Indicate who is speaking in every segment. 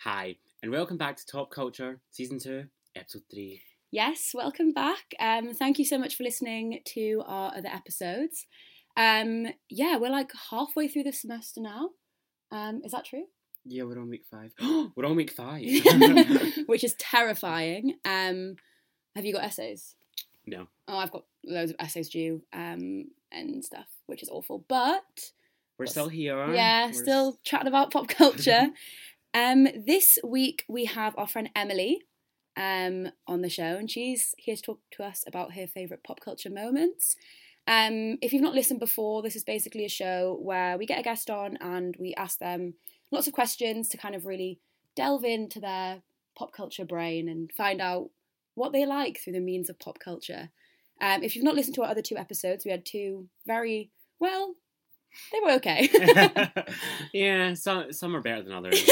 Speaker 1: Hi, and welcome back to Top Culture, Season 2, Episode 3.
Speaker 2: Yes, welcome back. Um, thank you so much for listening to our other episodes. Um, yeah, we're like halfway through the semester now. Um, is that true?
Speaker 1: Yeah, we're on week five. we're on week five.
Speaker 2: Which is terrifying. Um, have you got essays?
Speaker 1: No.
Speaker 2: Oh, I've got loads of essays due um, and stuff, which is awful. But
Speaker 1: we're still here.
Speaker 2: yeah,
Speaker 1: We're
Speaker 2: still chatting about pop culture. um, this week we have our friend Emily um, on the show, and she's here to talk to us about her favourite pop culture moments. Um, if you've not listened before, this is basically a show where we get a guest on and we ask them lots of questions to kind of really delve into their pop culture brain and find out what they like through the means of pop culture. Um, if you've not listened to our other two episodes, we had two very well, they were okay.
Speaker 1: yeah, some some are better than others.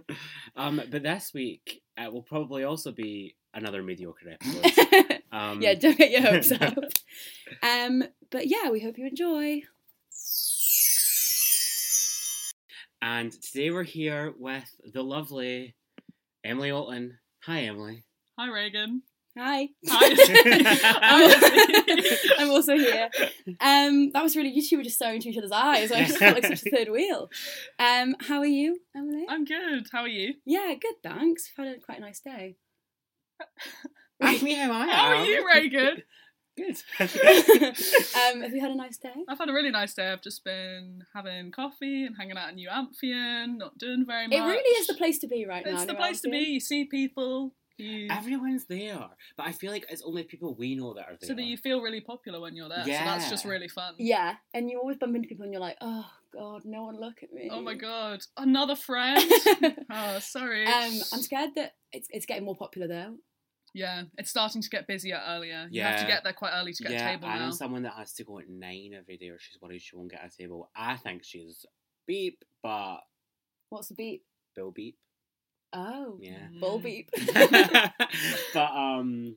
Speaker 1: um, but this week uh, will probably also be another mediocre episode. Um,
Speaker 2: yeah, don't get your hopes up. Um, but yeah, we hope you enjoy.
Speaker 1: And today we're here with the lovely Emily Alton. Hi, Emily.
Speaker 3: Hi Reagan.
Speaker 2: Hi.
Speaker 3: Hi.
Speaker 2: I'm, I'm also here. Um, that was really you two were just staring into each other's eyes. I just felt like such a third wheel. Um, how are you, Emily?
Speaker 3: I'm good. How are you?
Speaker 2: yeah, good. Thanks. I've had a, quite a nice day.
Speaker 1: Ask me how I am.
Speaker 3: How are you, Reagan?
Speaker 1: Good.
Speaker 2: um, have you had a nice day?
Speaker 3: I've had a really nice day. I've just been having coffee and hanging out at New Amphion, not doing very much.
Speaker 2: It really is the place to be right now.
Speaker 3: It's the
Speaker 2: Nora,
Speaker 3: place to
Speaker 2: I
Speaker 3: be.
Speaker 2: feel.
Speaker 3: You see people. You,
Speaker 1: Everyone's there, but I feel like it's only people we know that are there.
Speaker 3: so that you feel really popular when you're there. So that's just
Speaker 1: Yeah.
Speaker 3: really fun.
Speaker 2: Yeah, and you always bump into people and you're like, oh god, no one look at me.
Speaker 3: Oh my god. Another friend. oh, sorry.
Speaker 2: Um, I'm scared that it's, it's getting more popular though.
Speaker 3: yeah, it's starting to get busier earlier. You have to
Speaker 1: Yeah.
Speaker 3: get there quite early to get
Speaker 1: yeah,
Speaker 3: a table
Speaker 1: I know
Speaker 3: now.
Speaker 1: someone that has to go at nine every day, or she's worried she won't get a table. I think she's beep, but
Speaker 2: What's the beep?
Speaker 1: Bill beep.
Speaker 2: Oh,
Speaker 1: Yeah.
Speaker 3: Mm.
Speaker 2: bull beep.
Speaker 1: but um,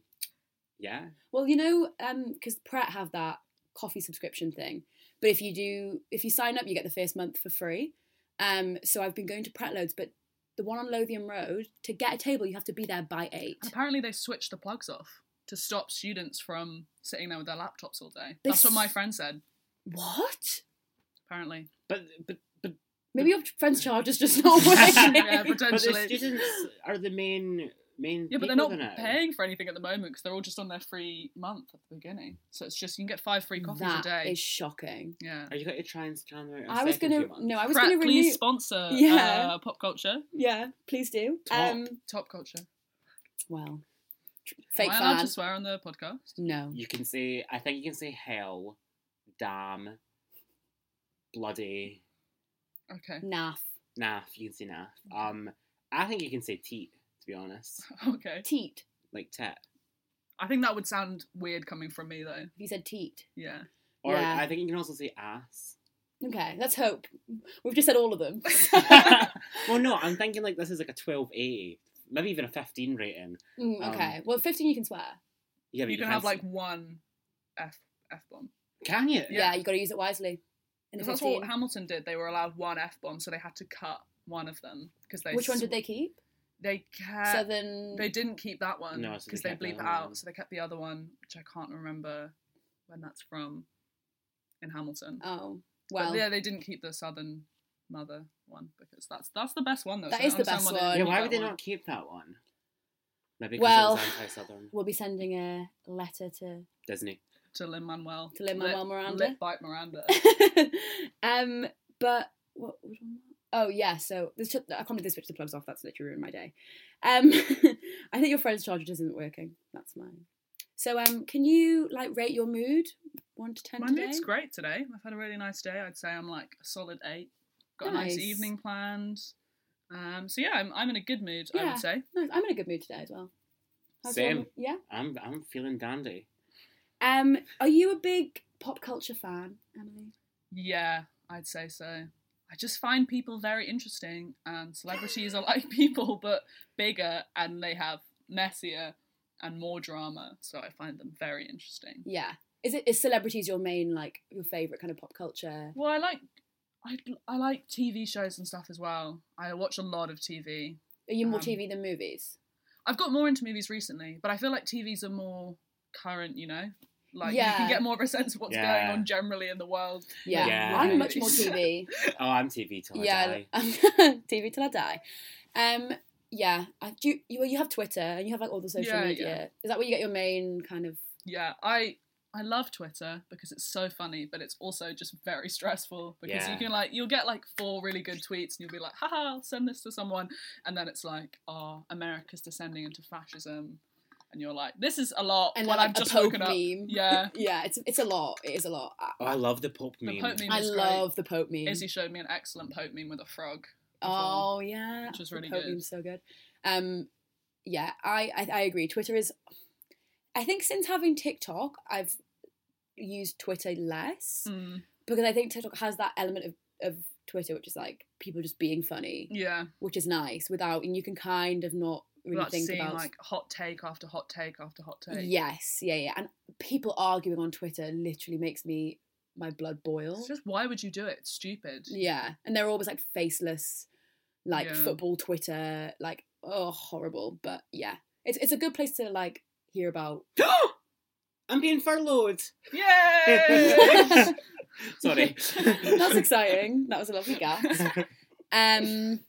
Speaker 1: yeah,
Speaker 2: well, you know, because Pret have that coffee subscription thing, but if you do, if you sign up, you get the first month for free. Um, so I've been going to Pret loads, but the one on Lothian Road to get a table, you have to be there by eight.
Speaker 3: And apparently they switched the plugs off to stop students from sitting there with their laptops all day.
Speaker 2: They
Speaker 3: That's what my
Speaker 2: s-
Speaker 3: friend said,
Speaker 2: What?
Speaker 3: apparently.
Speaker 1: but but but
Speaker 2: Maybe your friend's charge is just not working.
Speaker 3: Yeah,
Speaker 1: but the
Speaker 3: potentially.
Speaker 1: students are the main main.
Speaker 3: Yeah, but they're
Speaker 1: people
Speaker 3: not
Speaker 1: in it.
Speaker 3: paying for anything at the moment because they're all just on their free month at the beginning. So it's just you can get five free coffees a
Speaker 2: That
Speaker 3: day.
Speaker 2: is shocking.
Speaker 3: yeah.
Speaker 1: Are you going to try and scan them out?
Speaker 2: I was gonna no, I was
Speaker 3: Pratt,
Speaker 2: gonna renew.
Speaker 3: please sponsor
Speaker 2: Yeah.
Speaker 3: uh, pop culture,
Speaker 2: yeah, please do.
Speaker 1: Top.
Speaker 2: Um,
Speaker 3: top culture.
Speaker 2: well, tr- fake
Speaker 3: Am I allowed
Speaker 2: fan.
Speaker 3: to swear on the podcast?
Speaker 2: No.
Speaker 1: You can say. I think you can say hell, damn, bloody,
Speaker 3: Okay.
Speaker 2: Naff.
Speaker 1: naff. You can say naff. Um, I think you can say teat. To be honest,
Speaker 3: Okay.
Speaker 2: Teat.
Speaker 1: like tit.
Speaker 3: I think that would sound weird coming from me though.
Speaker 2: If you said teat.
Speaker 3: Yeah.
Speaker 1: Or
Speaker 2: Yeah.
Speaker 1: I think you can also say ass.
Speaker 2: Okay, let's hope. We've just said all of them.
Speaker 1: well, no, I'm thinking like this is like a 12A, maybe even a 15 rating.
Speaker 2: Mm,
Speaker 3: Um,
Speaker 2: okay, well, 15 you can swear.
Speaker 1: Yeah, but
Speaker 3: You can
Speaker 1: can't
Speaker 3: have
Speaker 1: s-
Speaker 3: like one F F bomb.
Speaker 1: Can you?
Speaker 2: Yeah, you got to use it wisely. In the
Speaker 3: Because that's
Speaker 2: 15.
Speaker 3: what Hamilton did. They were allowed one F bomb, so they had to cut one of them because they.
Speaker 2: Which one
Speaker 3: sw-
Speaker 2: did they keep?
Speaker 3: They kept.
Speaker 2: Southern.
Speaker 3: Uh, They didn't keep that one
Speaker 1: No, so they
Speaker 3: because they,
Speaker 1: kept the
Speaker 3: bleep it
Speaker 1: other
Speaker 3: out.
Speaker 1: one.
Speaker 3: So they kept the other one, which I can't remember when that's from in Hamilton.
Speaker 2: Oh,
Speaker 3: But
Speaker 2: well.
Speaker 3: yeah, they didn't keep the Southern Mother one because that's that's the best one though.
Speaker 2: That
Speaker 3: so I
Speaker 2: is the
Speaker 3: don't
Speaker 2: best
Speaker 3: understand
Speaker 2: one.
Speaker 1: Yeah,
Speaker 3: didn't
Speaker 1: why
Speaker 3: keep
Speaker 1: would
Speaker 3: that
Speaker 1: they
Speaker 3: one.
Speaker 1: not keep that one? Maybe because
Speaker 2: Well-
Speaker 1: it was anti-southern
Speaker 2: We'll be sending a letter to.
Speaker 1: Disney.
Speaker 3: to Lin Manuel?
Speaker 2: To Lin-Manuel Miranda?
Speaker 3: Lit bite Miranda.
Speaker 2: um, but. What, what was on that? oh, yeah, so. This, I can't believe they switched the plugs off. That's literally ruined my day. Um, I think your friend's charger just isn't working. That's mine. So, um, can you, like, rate your mood? 1 to 10
Speaker 3: My
Speaker 2: today?
Speaker 3: mood's great today. I've had a really nice day. I'd say I'm like a solid eight. Got a
Speaker 2: Nice.
Speaker 3: nice evening planned. Um, so yeah, I'm, I'm in a good mood. I
Speaker 2: Yeah.
Speaker 3: would say.
Speaker 2: Nice. I'm in a good mood today as well. your
Speaker 1: Same.
Speaker 2: mood? Yeah.
Speaker 1: I'm I'm feeling dandy.
Speaker 2: Um, are you a big pop culture fan, Emily?
Speaker 3: Yeah, I'd say so. I just find people very interesting, and celebrities are like people, but bigger, and they have messier and more drama. So I find them very interesting.
Speaker 2: Yeah. Is it is celebrities your main like your favorite kind of pop culture?
Speaker 3: Well, I like I, I like TV shows and stuff as well. I watch a lot of TV.
Speaker 2: Are you more
Speaker 3: Um,
Speaker 2: TV than movies?
Speaker 3: I've got more into movies recently, but I feel like TVs are more current, you know? Like you
Speaker 2: Yeah.
Speaker 3: can get more of a sense of what's
Speaker 1: Yeah.
Speaker 3: going on generally in the world.
Speaker 2: Yeah.
Speaker 1: yeah.
Speaker 2: I'm much more
Speaker 3: Movies.
Speaker 2: TV.
Speaker 1: Oh, I'm TV till I
Speaker 2: yeah,
Speaker 1: die.
Speaker 2: I'm TV till I die. Um, yeah. I, do you, you you have Twitter and you have like all the social
Speaker 3: Yeah,
Speaker 2: media?
Speaker 3: yeah.
Speaker 2: Is that where you get your main kind of?
Speaker 3: Yeah, I I love Twitter because it's so funny, but it's also just very stressful because
Speaker 1: Yeah.
Speaker 3: you can like you'll get like four really good tweets and you'll be like, haha, I'll send this to someone and then it's like, oh, America's descending into fascism and you're like, This is a lot
Speaker 2: And
Speaker 3: when
Speaker 2: then, like,
Speaker 3: I've just
Speaker 2: a Pope
Speaker 3: woken
Speaker 2: meme.
Speaker 3: up. Yeah.
Speaker 2: Yeah, it's it's a lot. It is a lot. I,
Speaker 1: Oh, I love the Pope meme.
Speaker 3: The Pope meme
Speaker 2: I
Speaker 3: is great.
Speaker 2: love the Pope meme.
Speaker 3: Izzy showed me an excellent Pope meme with a frog.
Speaker 2: Oh yeah,
Speaker 3: which was
Speaker 2: the
Speaker 3: really
Speaker 2: Pope
Speaker 3: good.
Speaker 2: meme's so good. Um, yeah, I, I I agree. Twitter is, I think since having TikTok, I've used Twitter less
Speaker 3: Mm,
Speaker 2: because I think TikTok has that element of of Twitter, which is like people just being funny,
Speaker 3: yeah.
Speaker 2: which is nice. Without and you can kind of not really
Speaker 3: Without
Speaker 2: think
Speaker 3: seeing
Speaker 2: about.
Speaker 3: like hot take after hot take after hot take.
Speaker 2: yes, yeah, yeah, and people arguing on Twitter literally makes me my blood boil.
Speaker 3: It's just why would you do it? It's stupid.
Speaker 2: Yeah, and they're always like faceless, like
Speaker 3: Yeah.
Speaker 2: football Twitter, like oh horrible. But yeah, it's it's a good place to like hear about.
Speaker 1: I'm being furloughed.
Speaker 3: Yay!
Speaker 1: Sorry.
Speaker 2: That's exciting. That was a lovely gas. Um,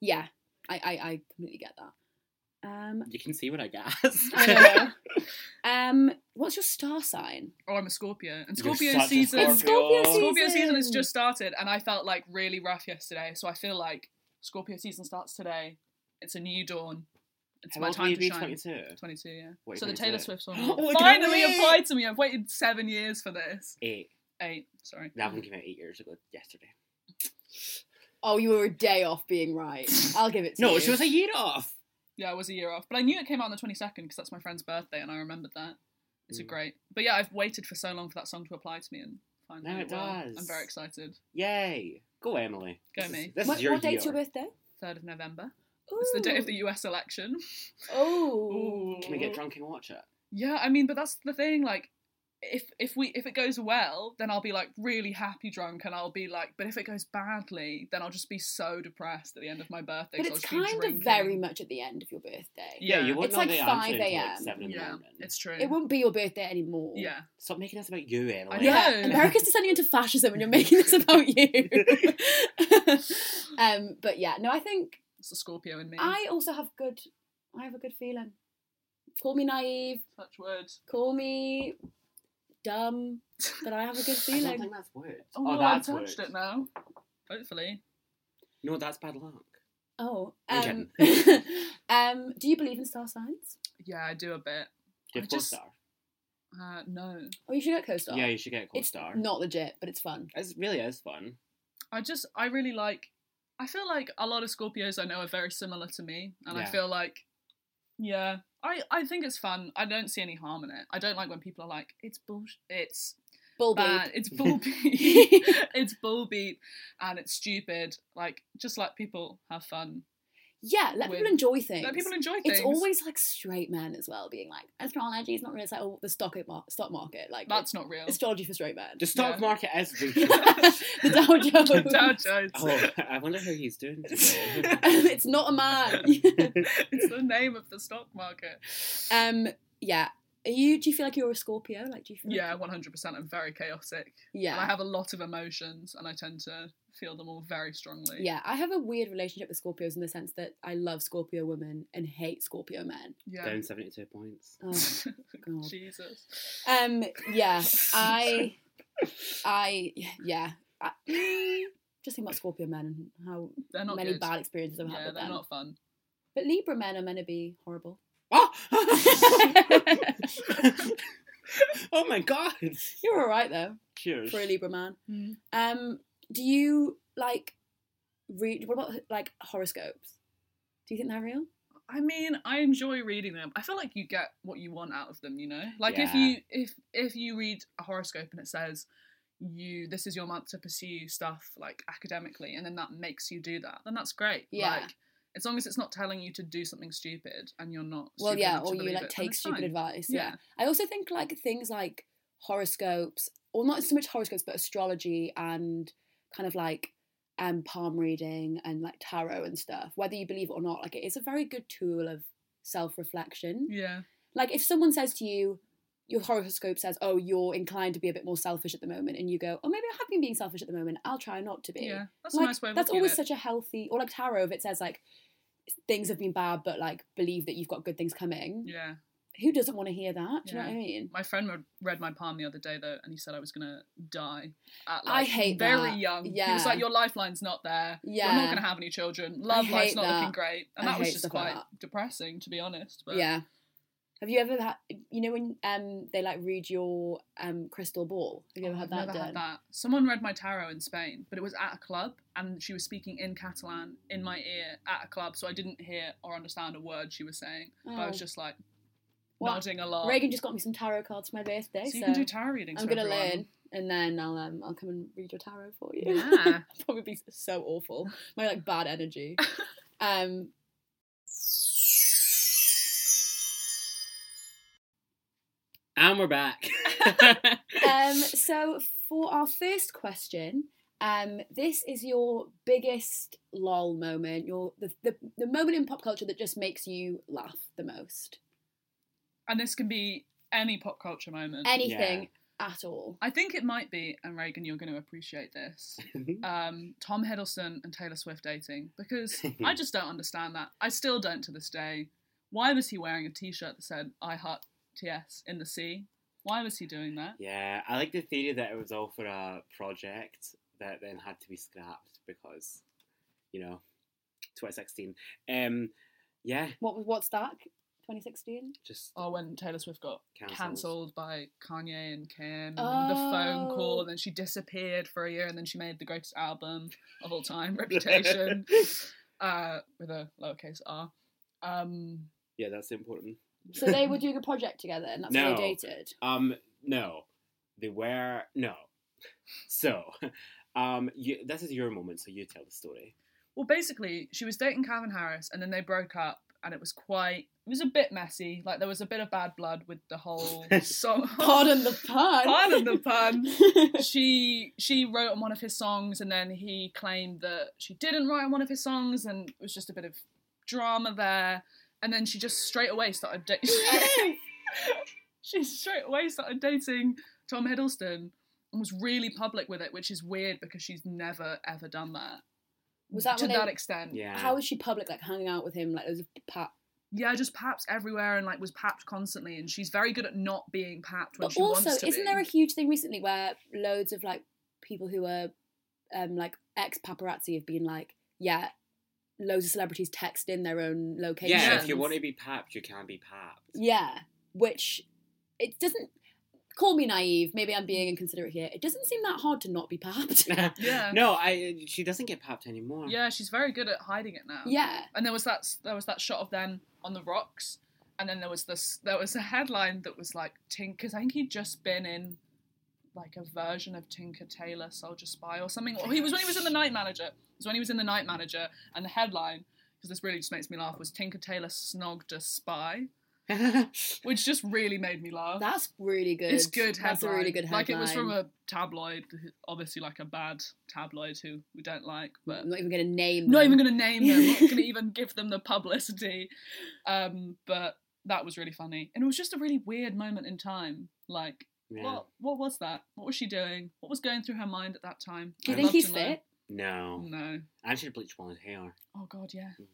Speaker 2: yeah, I I, I completely get that. Um,
Speaker 1: you can see what I gas.
Speaker 2: I don't know. um, what's your star sign?
Speaker 3: oh, I'm a Scorpio, and
Speaker 1: You're
Speaker 3: Scorpio
Speaker 1: such a
Speaker 3: season.
Speaker 2: It's Scorpio season.
Speaker 3: Scorpio season has just started, and I felt like really rough yesterday. So I feel like Scorpio season starts today. It's a new dawn. It's
Speaker 1: How
Speaker 3: my
Speaker 1: old will
Speaker 3: time
Speaker 1: you
Speaker 3: to
Speaker 1: be?
Speaker 3: shine.
Speaker 1: 22.
Speaker 3: 22, yeah.
Speaker 1: What are you
Speaker 3: so the
Speaker 1: gonna
Speaker 3: Taylor
Speaker 1: do?
Speaker 3: Swift song
Speaker 1: Oh, I can't
Speaker 3: finally
Speaker 1: wait!
Speaker 3: applied to me. I've waited seven years for this.
Speaker 1: Eight.
Speaker 3: Eight, sorry.
Speaker 1: That one came out eight years ago yesterday.
Speaker 2: Oh, you were a day off being right. I'll give it to you.
Speaker 1: No, she was a year off.
Speaker 3: Yeah, I was a year off, but I knew it came out on the 22nd because that's my friend's birthday, and I remembered that. It's a
Speaker 1: Mm.
Speaker 3: great. But yeah, I've waited for so long for that song to apply to me, and finally
Speaker 1: Now it
Speaker 3: will. I'm
Speaker 1: does.
Speaker 3: very excited.
Speaker 1: Yay. Go, Emily.
Speaker 3: Go
Speaker 1: this is-
Speaker 3: me.
Speaker 1: this
Speaker 2: What,
Speaker 1: is your
Speaker 2: what
Speaker 1: year.
Speaker 2: date's your birthday?
Speaker 3: 3rd of November. It's the day of the US election.
Speaker 2: Oh.
Speaker 1: Can we get drunk and watch it?
Speaker 3: Yeah, I mean, but that's the thing. Like, if if we if it goes well, then I'll be like really happy drunk, and I'll be like. But if it goes badly, then I'll just be so depressed at the end of my birthday.
Speaker 2: But
Speaker 3: 'cause I'll
Speaker 2: it's
Speaker 3: just be
Speaker 2: kind of
Speaker 3: drinking.
Speaker 2: very much at the end of your birthday.
Speaker 3: Yeah,
Speaker 1: you won't
Speaker 2: It's
Speaker 1: know
Speaker 2: like
Speaker 1: the answer
Speaker 2: 5
Speaker 1: until, like,
Speaker 2: a.m.
Speaker 1: 7 in the
Speaker 3: Yeah,
Speaker 1: morning.
Speaker 3: it's true.
Speaker 2: It won't be your birthday anymore.
Speaker 3: Yeah,
Speaker 1: Stop making this about you, Emily.
Speaker 3: know.
Speaker 2: Yeah,
Speaker 3: No.
Speaker 2: America's descending into fascism, and you're making this about you. um, but yeah, no, I think
Speaker 3: it's the Scorpio in me.
Speaker 2: I also have good. I have a good feeling. Call me naive.
Speaker 3: Touch words.
Speaker 2: Call me dumb, but I have a good
Speaker 1: I don't
Speaker 2: feeling.
Speaker 1: think that's weird.
Speaker 3: Oh, no, I
Speaker 1: that's
Speaker 3: touched
Speaker 1: weird.
Speaker 3: it now. Hopefully.
Speaker 1: No, that's bad luck.
Speaker 2: Oh,
Speaker 1: I'm
Speaker 2: um, um, do you believe in star signs?
Speaker 3: Yeah, I do a bit.
Speaker 1: Do you
Speaker 3: I
Speaker 1: have
Speaker 3: just-
Speaker 1: co-star?
Speaker 3: Uh, no,
Speaker 2: Oh, you should get co-star.
Speaker 1: Yeah, you should get a
Speaker 2: it's
Speaker 1: co-star.
Speaker 2: not legit, but it's fun.
Speaker 1: It really is fun.
Speaker 3: I just I really like. I feel like a lot of Scorpios I know are very similar to me, and I
Speaker 1: Yeah.
Speaker 3: feel like, yeah, I I think it's fun. I don't see any harm in it. I don't like when people are like, it's bullshit. It's
Speaker 2: Bull beep.
Speaker 3: bad. It's bull beat. it's bull beat, and it's stupid. Like just let people have fun.
Speaker 2: Yeah, let
Speaker 3: With-
Speaker 2: people enjoy things.
Speaker 3: Let people enjoy things.
Speaker 2: It's always like straight men as well, being like astrology is not real. It's like oh, the stock mar- stock market, like
Speaker 3: that's not real.
Speaker 2: it's astrology for straight men.
Speaker 1: The stock
Speaker 3: Yeah.
Speaker 1: market is real.
Speaker 2: the Dow Jones.
Speaker 3: Dow Jones.
Speaker 1: oh, I wonder how he's doing today.
Speaker 2: it's not a man.
Speaker 3: it's the name of the stock market.
Speaker 2: um, yeah. Are you? Do you feel like you're a Scorpio? Like, do you? Feel
Speaker 3: Yeah,
Speaker 2: Like,
Speaker 3: one hundred percent. I'm very chaotic. And I
Speaker 2: yeah.
Speaker 3: have a lot of emotions, and I tend to feel them all very strongly.
Speaker 2: Yeah, I have a weird relationship with Scorpios in the sense that I love Scorpio women and hate Scorpio men.
Speaker 3: Yeah.
Speaker 1: Down 72 points.
Speaker 2: Oh, God.
Speaker 3: Jesus.
Speaker 2: Um, yeah, I, I, yeah, I, mm, just think about Scorpio men and how
Speaker 3: They're not
Speaker 2: many
Speaker 3: good.
Speaker 2: bad experiences I've had
Speaker 3: yeah,
Speaker 2: with
Speaker 3: they're
Speaker 2: them.
Speaker 3: not fun.
Speaker 2: But Libra men are meant to be horrible.
Speaker 1: Oh! oh my god.
Speaker 2: You're all right though
Speaker 1: Cheers.
Speaker 2: for a Libra man. Um, do you like read? What about like horoscopes? Do you think they're real?
Speaker 3: I mean, I enjoy reading them. I feel like you get what you want out of them, you know? Like
Speaker 1: Yeah.
Speaker 3: if you if if you read a horoscope and it says you this is your month to pursue stuff like academically and then that makes you do that, then that's great.
Speaker 2: Yeah.
Speaker 3: Like as long as it's not telling you to do something stupid and you're not
Speaker 2: Well,
Speaker 3: stupid
Speaker 2: yeah,
Speaker 3: enough to
Speaker 2: or you
Speaker 3: believe
Speaker 2: like
Speaker 3: it, then
Speaker 2: take
Speaker 3: it's
Speaker 2: stupid
Speaker 3: fine.
Speaker 2: advice. Yeah.
Speaker 3: Yeah.
Speaker 2: I also think like things like horoscopes, or not so much horoscopes, but astrology and kind of like um, palm reading and like tarot and stuff, whether you believe it or not, like it is a very good tool of self reflection.
Speaker 3: Yeah.
Speaker 2: Like if someone says to you, your horoscope says, oh, you're inclined to be a bit more selfish at the moment, and you go, oh, maybe I have been being selfish at the moment. I'll try not to be.
Speaker 3: Yeah. That's
Speaker 2: like,
Speaker 3: a nice way of
Speaker 2: That's
Speaker 3: looking
Speaker 2: always
Speaker 3: at it.
Speaker 2: such a healthy, or like tarot, if it says like things have been bad, but like believe that you've got good things coming.
Speaker 3: Yeah.
Speaker 2: Who doesn't want to hear that? Do you know what
Speaker 3: Yeah.
Speaker 2: I mean?
Speaker 3: My friend read- read my palm the other day though, and he said I was gonna die. At,
Speaker 2: I
Speaker 3: like,
Speaker 2: hate
Speaker 3: very
Speaker 2: that.
Speaker 3: young. He
Speaker 2: Yeah.
Speaker 3: was like, your lifeline's not there.
Speaker 2: Yeah.
Speaker 3: You're not gonna have any children. Love life's
Speaker 2: hate
Speaker 3: not looking
Speaker 2: that.
Speaker 3: great. And
Speaker 2: I
Speaker 3: that was
Speaker 2: hate
Speaker 3: just
Speaker 2: stuff like
Speaker 3: quite depressing, to be honest. But
Speaker 2: Yeah. Have you ever had? You know when um they like read your um crystal ball. Have you ever
Speaker 3: Oh,
Speaker 2: had
Speaker 3: I've
Speaker 2: that
Speaker 3: never
Speaker 2: done?
Speaker 3: had that. Someone read my tarot in Spain, but it was at a club, and she was speaking in Catalan in my ear at a club, so I didn't hear or understand a word she was saying. But I was
Speaker 2: Oh.
Speaker 3: just like
Speaker 2: Well,
Speaker 3: nodding along.
Speaker 2: Reagan just got me some tarot cards for my birthday,
Speaker 3: so,
Speaker 2: so,
Speaker 3: you can do tarot readings.
Speaker 2: I'm
Speaker 3: for
Speaker 2: gonna
Speaker 3: everyone.
Speaker 2: learn, and then I'll um I'll come and read your tarot for you.
Speaker 3: Yeah.
Speaker 2: Probably be so awful. My like bad energy. um.
Speaker 1: And we're back.
Speaker 2: Um. So for our first question. Um, this is your biggest lol moment, your the, the, the moment in pop culture that just makes you laugh the most.
Speaker 3: and this can be any pop culture moment.
Speaker 2: Anything at all.
Speaker 3: I think it might be, and Reagan, you're going to appreciate this. Um, Tom Hiddleston and Taylor Swift dating because I just don't understand that. I still don't to this day. Why was he wearing a T-shirt that said "I Heart TS" in the sea? Why was he doing that?
Speaker 1: yeah, I like the theory that it was all for a project that then had to be scrapped because, you know, 2016. Um, yeah,
Speaker 2: What was what's that? 2016.
Speaker 1: just
Speaker 3: Oh, when Taylor Swift got
Speaker 1: Cancelled.
Speaker 3: cancelled by Kanye and Kim, and the phone
Speaker 2: Oh.
Speaker 3: call, and then she disappeared for a year, and then she made the greatest album of all time, Reputation, uh, with a lowercase r. Um,
Speaker 1: yeah, that's important.
Speaker 2: So they were doing a project together, and that's
Speaker 1: No.
Speaker 2: how they dated.
Speaker 1: Um, no, they were no. So, um, you, this is your moment, so you tell the story.
Speaker 3: Well, basically, she was dating Calvin Harris, and then they broke up, and it was quite. It was a bit messy. Like there was a bit of bad blood with the whole song.
Speaker 2: Pardon the pun.
Speaker 3: Pardon the pun.
Speaker 2: pun.
Speaker 3: she she wrote on one of his songs, and then he claimed that she didn't write on one of his songs, and it was just a bit of drama there. And then she just straight away started dating. she straight away started dating Tom Hiddleston and was really public with it, which is weird because she's never ever done that.
Speaker 2: Was that
Speaker 3: to
Speaker 2: when they-
Speaker 3: that extent?
Speaker 1: Yeah.
Speaker 2: how was she public? Like hanging out with him, like there was a pat.
Speaker 3: yeah, just papped everywhere and like was papped constantly, and she's very good at not being papped when
Speaker 2: But
Speaker 3: she
Speaker 2: also,
Speaker 3: wants to
Speaker 2: isn't
Speaker 3: be.
Speaker 2: there a huge thing recently where loads of like people who are um like ex paparazzi have been like, yeah, loads of celebrities text in their own locations.
Speaker 1: yeah, if you want to be papped, you can be papped.
Speaker 2: Yeah, which it doesn't. Call me naive. Maybe I'm being inconsiderate here. It doesn't seem that hard to not be papped.
Speaker 3: Yeah.
Speaker 1: No, I. She doesn't get papped anymore.
Speaker 3: Yeah, she's very good at hiding it now.
Speaker 2: yeah.
Speaker 3: And there was that there was that shot of them on the rocks, and then there was this there was a headline that was like Tink because I think he'd just been in like a version of Tinker Tailor Soldier Spy or something. Or he was when he was in the Night Manager. It was when he was in the Night Manager, and the headline because this really just makes me laugh was Tinker Tailor snogged a spy, which just really made me laugh.
Speaker 2: That's really good.
Speaker 3: It's good headline.
Speaker 2: That's a really good headline.
Speaker 3: Like it was from a tabloid, obviously like a bad tabloid who we don't like, but
Speaker 2: I'm not even going to name.
Speaker 3: I'm not
Speaker 2: them.
Speaker 3: even going to name them. I'm not going to even give them the publicity. Um, but that was really funny, and it was just a really weird moment in time. Like,
Speaker 1: Yeah.
Speaker 3: what what was that? What was she doing? What was going through her mind at that time?
Speaker 2: Do you
Speaker 3: I'd
Speaker 2: think
Speaker 3: love to
Speaker 2: he's
Speaker 3: know.
Speaker 2: fit?
Speaker 1: No.
Speaker 3: No.
Speaker 1: And she bleached blonde hair.
Speaker 3: Oh God, yeah.
Speaker 1: Mm.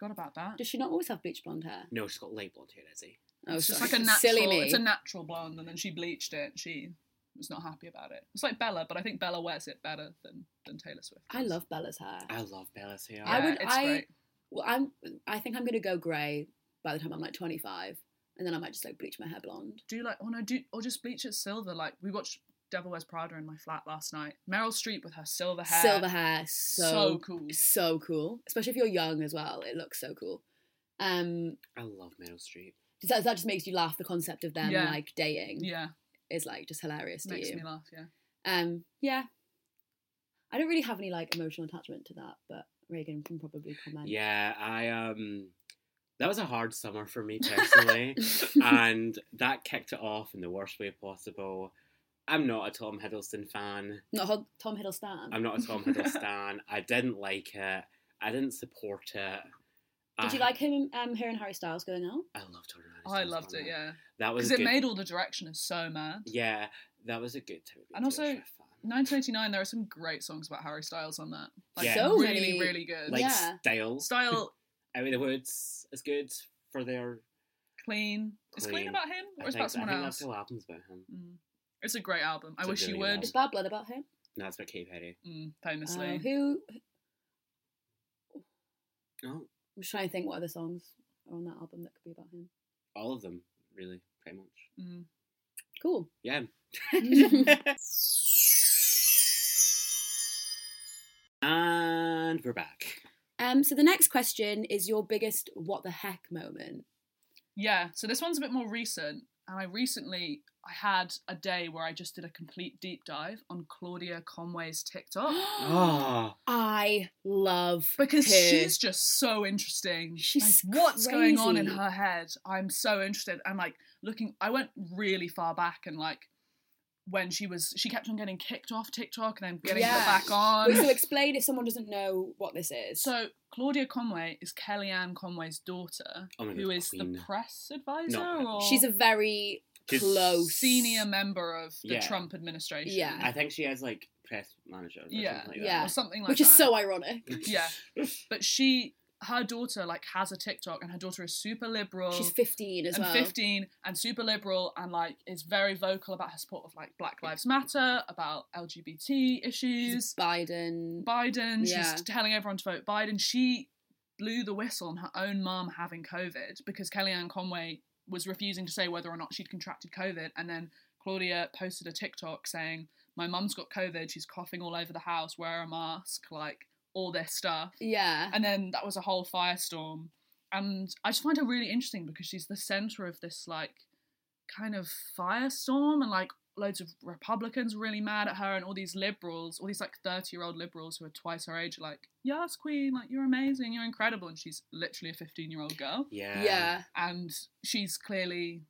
Speaker 3: Forgot about that.
Speaker 2: Does she not always have bleach blonde hair?
Speaker 1: No, she's got light blonde hair, is he?
Speaker 2: Oh,
Speaker 3: it's just
Speaker 2: sorry.
Speaker 3: like a natural.
Speaker 2: Silly me.
Speaker 3: It's a natural blonde, and then she bleached it. She was not happy about it. It's like Bella, but I think Bella wears it better than than Taylor Swift.
Speaker 2: I love Bella's hair.
Speaker 1: I love Bella's hair.
Speaker 2: I
Speaker 3: Yeah,
Speaker 2: would-
Speaker 3: It's
Speaker 2: I-
Speaker 3: great.
Speaker 2: Well, I'm. I think I'm going to go grey by the time I'm like 25, and then I might just like bleach my hair blonde.
Speaker 3: do like oh no do or just bleach it silver like we watched devil wears prada in my flat last night meryl streep with her silver hair
Speaker 2: Silver hair, so
Speaker 3: so,
Speaker 2: so cool.
Speaker 3: cool
Speaker 2: especially if you're young as well. It looks so cool. Um,
Speaker 1: I love Meryl Streep.
Speaker 2: does that, that just makes you laugh. The concept of them
Speaker 3: Yeah.
Speaker 2: like dating
Speaker 3: yeah
Speaker 2: is like just hilarious to
Speaker 3: makes
Speaker 2: you.
Speaker 3: me laugh yeah
Speaker 2: Um, yeah. I don't really have any like emotional attachment to that, but Reagan can probably comment.
Speaker 1: Yeah, I um that was a hard summer Um, for me personally. and that kicked it off in the worst way possible. I'm not a Tom Hiddleston fan.
Speaker 2: Not Hod- Tom Hiddleston.
Speaker 1: I'm not a Tom Hiddleston. I didn't like it. I didn't support it.
Speaker 2: Did
Speaker 1: I-
Speaker 2: you like him? Um, her and Harry Styles going out.
Speaker 1: I loved Tornado.
Speaker 3: Oh, I loved it, yeah.
Speaker 1: That was
Speaker 3: Because
Speaker 1: good.
Speaker 3: it made all the directioners so mad.
Speaker 1: yeah, that was a good time.
Speaker 3: And also, 1989, there are some great songs about Harry Styles on that. Like,
Speaker 1: Yeah. So
Speaker 3: really,
Speaker 2: many,
Speaker 3: really good.
Speaker 1: like
Speaker 2: yeah.
Speaker 1: style,
Speaker 3: Style
Speaker 1: out of the woods is good for their.
Speaker 3: clean. Is clean
Speaker 1: Clean.
Speaker 3: about him
Speaker 1: I
Speaker 3: or is
Speaker 1: think,
Speaker 3: about someone
Speaker 1: I think
Speaker 3: else?
Speaker 1: that's all albums about him.
Speaker 3: Mm. It's a great album. I
Speaker 1: It's a
Speaker 3: wish you
Speaker 1: really
Speaker 3: would.
Speaker 1: good
Speaker 2: Is Bad Blood about him?
Speaker 1: No, it's about Katy Perry.
Speaker 3: Mm,
Speaker 2: Um,
Speaker 3: famously.
Speaker 2: who?
Speaker 1: No,
Speaker 2: I'm just trying to think what other songs are on that album that could be about him.
Speaker 1: all of them really, pretty much.
Speaker 3: Mm.
Speaker 2: Cool.
Speaker 1: Yeah. and we're back.
Speaker 2: Um, so the next question is your biggest what the heck moment.
Speaker 3: Yeah. So this one's a bit more recent, and I recently I had a day where I just did a complete deep dive on Claudia Conway's TikTok
Speaker 1: Oh,
Speaker 2: I love
Speaker 3: because
Speaker 2: her.
Speaker 3: she's just so interesting.
Speaker 2: She's
Speaker 3: like, what's going on in
Speaker 2: crazy.
Speaker 3: her head? I'm so interested. And like looking, I went really far back and like. When she was, she kept on getting kicked off TikTok and then getting
Speaker 2: Yeah.
Speaker 3: her back on.
Speaker 2: Wait, so explain if someone doesn't know what this is.
Speaker 3: So Claudia Conway is Kellyanne Conway's daughter,
Speaker 1: Oh my God,
Speaker 3: who is the
Speaker 1: queen.
Speaker 3: press advisor
Speaker 1: No.
Speaker 3: or
Speaker 2: she's a very
Speaker 1: She's
Speaker 2: close
Speaker 3: senior member of the
Speaker 1: Yeah.
Speaker 3: Trump administration.
Speaker 2: Yeah.
Speaker 1: I think she has like press manager. Or
Speaker 3: Yeah,
Speaker 1: something like
Speaker 2: yeah.
Speaker 3: Or something like
Speaker 2: which
Speaker 3: is
Speaker 2: is so ironic.
Speaker 1: That.
Speaker 3: Yeah. But she her daughter like has a TikTok and her daughter is super liberal.
Speaker 2: She's 15 as
Speaker 3: and
Speaker 2: well.
Speaker 3: 15 and super liberal and like is very vocal about her support of like Black Lives Matter, about LGBT issues.
Speaker 2: She's Biden.
Speaker 3: Biden.
Speaker 2: Yeah.
Speaker 3: She's telling everyone to vote Biden. She blew the whistle on her own mum having COVID because Kellyanne Conway was refusing to say whether or not she'd contracted COVID. And then Claudia posted a TikTok saying, My mum's got COVID. She's coughing all over the house. Wear a mask. Like all this stuff.
Speaker 2: Yeah.
Speaker 3: And then that was a whole firestorm. And I just find her really interesting because she's the center of this like kind of firestorm and like loads of Republicans were really mad at her and all these liberals, all these like 30 year old liberals who are twice her age are like, Yes, Queen, like you're amazing, you're incredible. And she's literally a 15 year old girl.
Speaker 1: Yeah.
Speaker 2: yeah.
Speaker 3: And she's clearly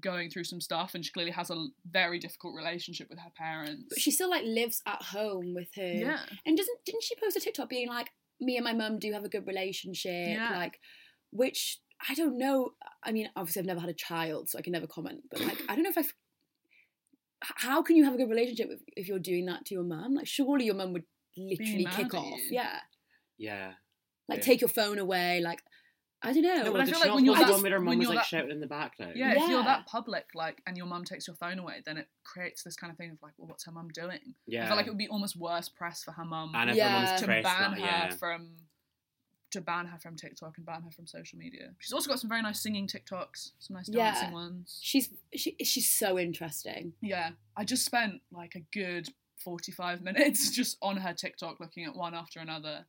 Speaker 3: going through some stuff and she clearly has a very difficult relationship with her parents.
Speaker 2: But she still like lives at home with her.
Speaker 3: yeah.
Speaker 2: And doesn't didn't she post a TikTok being like, "Me and my mum do have a good relationship."
Speaker 3: Yeah.
Speaker 2: Like, which I don't know. I mean, obviously, I've never had a child, so I can never comment. But like, I don't know if I. have How can you have a good relationship if, if you're doing that to your mum? Like, surely your mum would literally
Speaker 3: mad
Speaker 2: kick
Speaker 3: at
Speaker 2: off.
Speaker 3: you.
Speaker 2: Yeah.
Speaker 1: Yeah.
Speaker 2: Like,
Speaker 1: Yeah.
Speaker 2: take your phone away. Like, I don't know.
Speaker 1: No, but
Speaker 3: I feel
Speaker 1: did
Speaker 3: like
Speaker 1: she
Speaker 3: when
Speaker 1: not
Speaker 3: you're
Speaker 1: post
Speaker 3: that-
Speaker 1: one where her
Speaker 3: when
Speaker 1: mum was
Speaker 3: you're
Speaker 1: like
Speaker 3: that-
Speaker 1: shouting in the background?
Speaker 3: yeah, if
Speaker 2: Yeah.
Speaker 3: you're that public, like, and your mum takes your phone away, then it creates this kind of thing of like, well, what's her mum doing?
Speaker 1: Yeah.
Speaker 3: I feel like it would be almost worse press for her mum
Speaker 1: and if
Speaker 2: Yeah.
Speaker 1: her mum's
Speaker 3: to
Speaker 1: press,
Speaker 3: ban
Speaker 1: like,
Speaker 3: her
Speaker 1: yeah.
Speaker 3: from to ban her from TikTok and ban her from social media. She's also got some very nice singing TikToks, some nice
Speaker 2: Yeah.
Speaker 3: dancing ones.
Speaker 2: She's she, she's so interesting.
Speaker 3: Yeah, I just spent like a good forty-five minutes just on her TikTok, looking at one after another.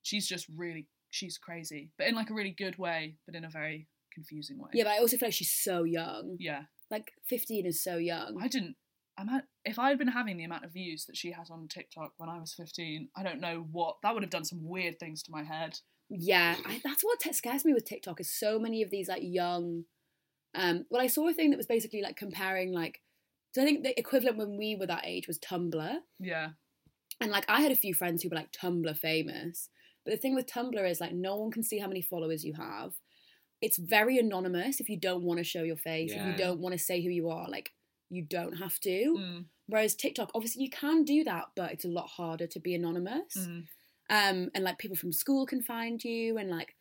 Speaker 3: She's just really, she's crazy, but in like a really good way, but in a very confusing way.
Speaker 2: Yeah, but I also feel like she's so young.
Speaker 3: yeah.
Speaker 2: Like, 15 is so young.
Speaker 3: I didn't. I'm at, if I had been having the amount of views that she has on TikTok when I was 15, I don't know what that would have done some weird things to my head.
Speaker 2: Yeah, I, that's what t- scares me with TikTok is so many of these like young. Um, well, I saw a thing that was basically like comparing like. So I think the equivalent when we were that age was Tumblr,
Speaker 3: Yeah,
Speaker 2: and like I had a few friends who were like Tumblr famous. But the thing with Tumblr is like no one can see how many followers you have. It's very anonymous if you don't want to show your face, if you
Speaker 1: Yeah.
Speaker 2: don't want to say who you are, like you don't have to.
Speaker 3: mm,
Speaker 2: Whereas TikTok, obviously, you can do that, but it's a lot harder to be anonymous.
Speaker 3: mm.
Speaker 2: Um, and like people from school can find you. And like,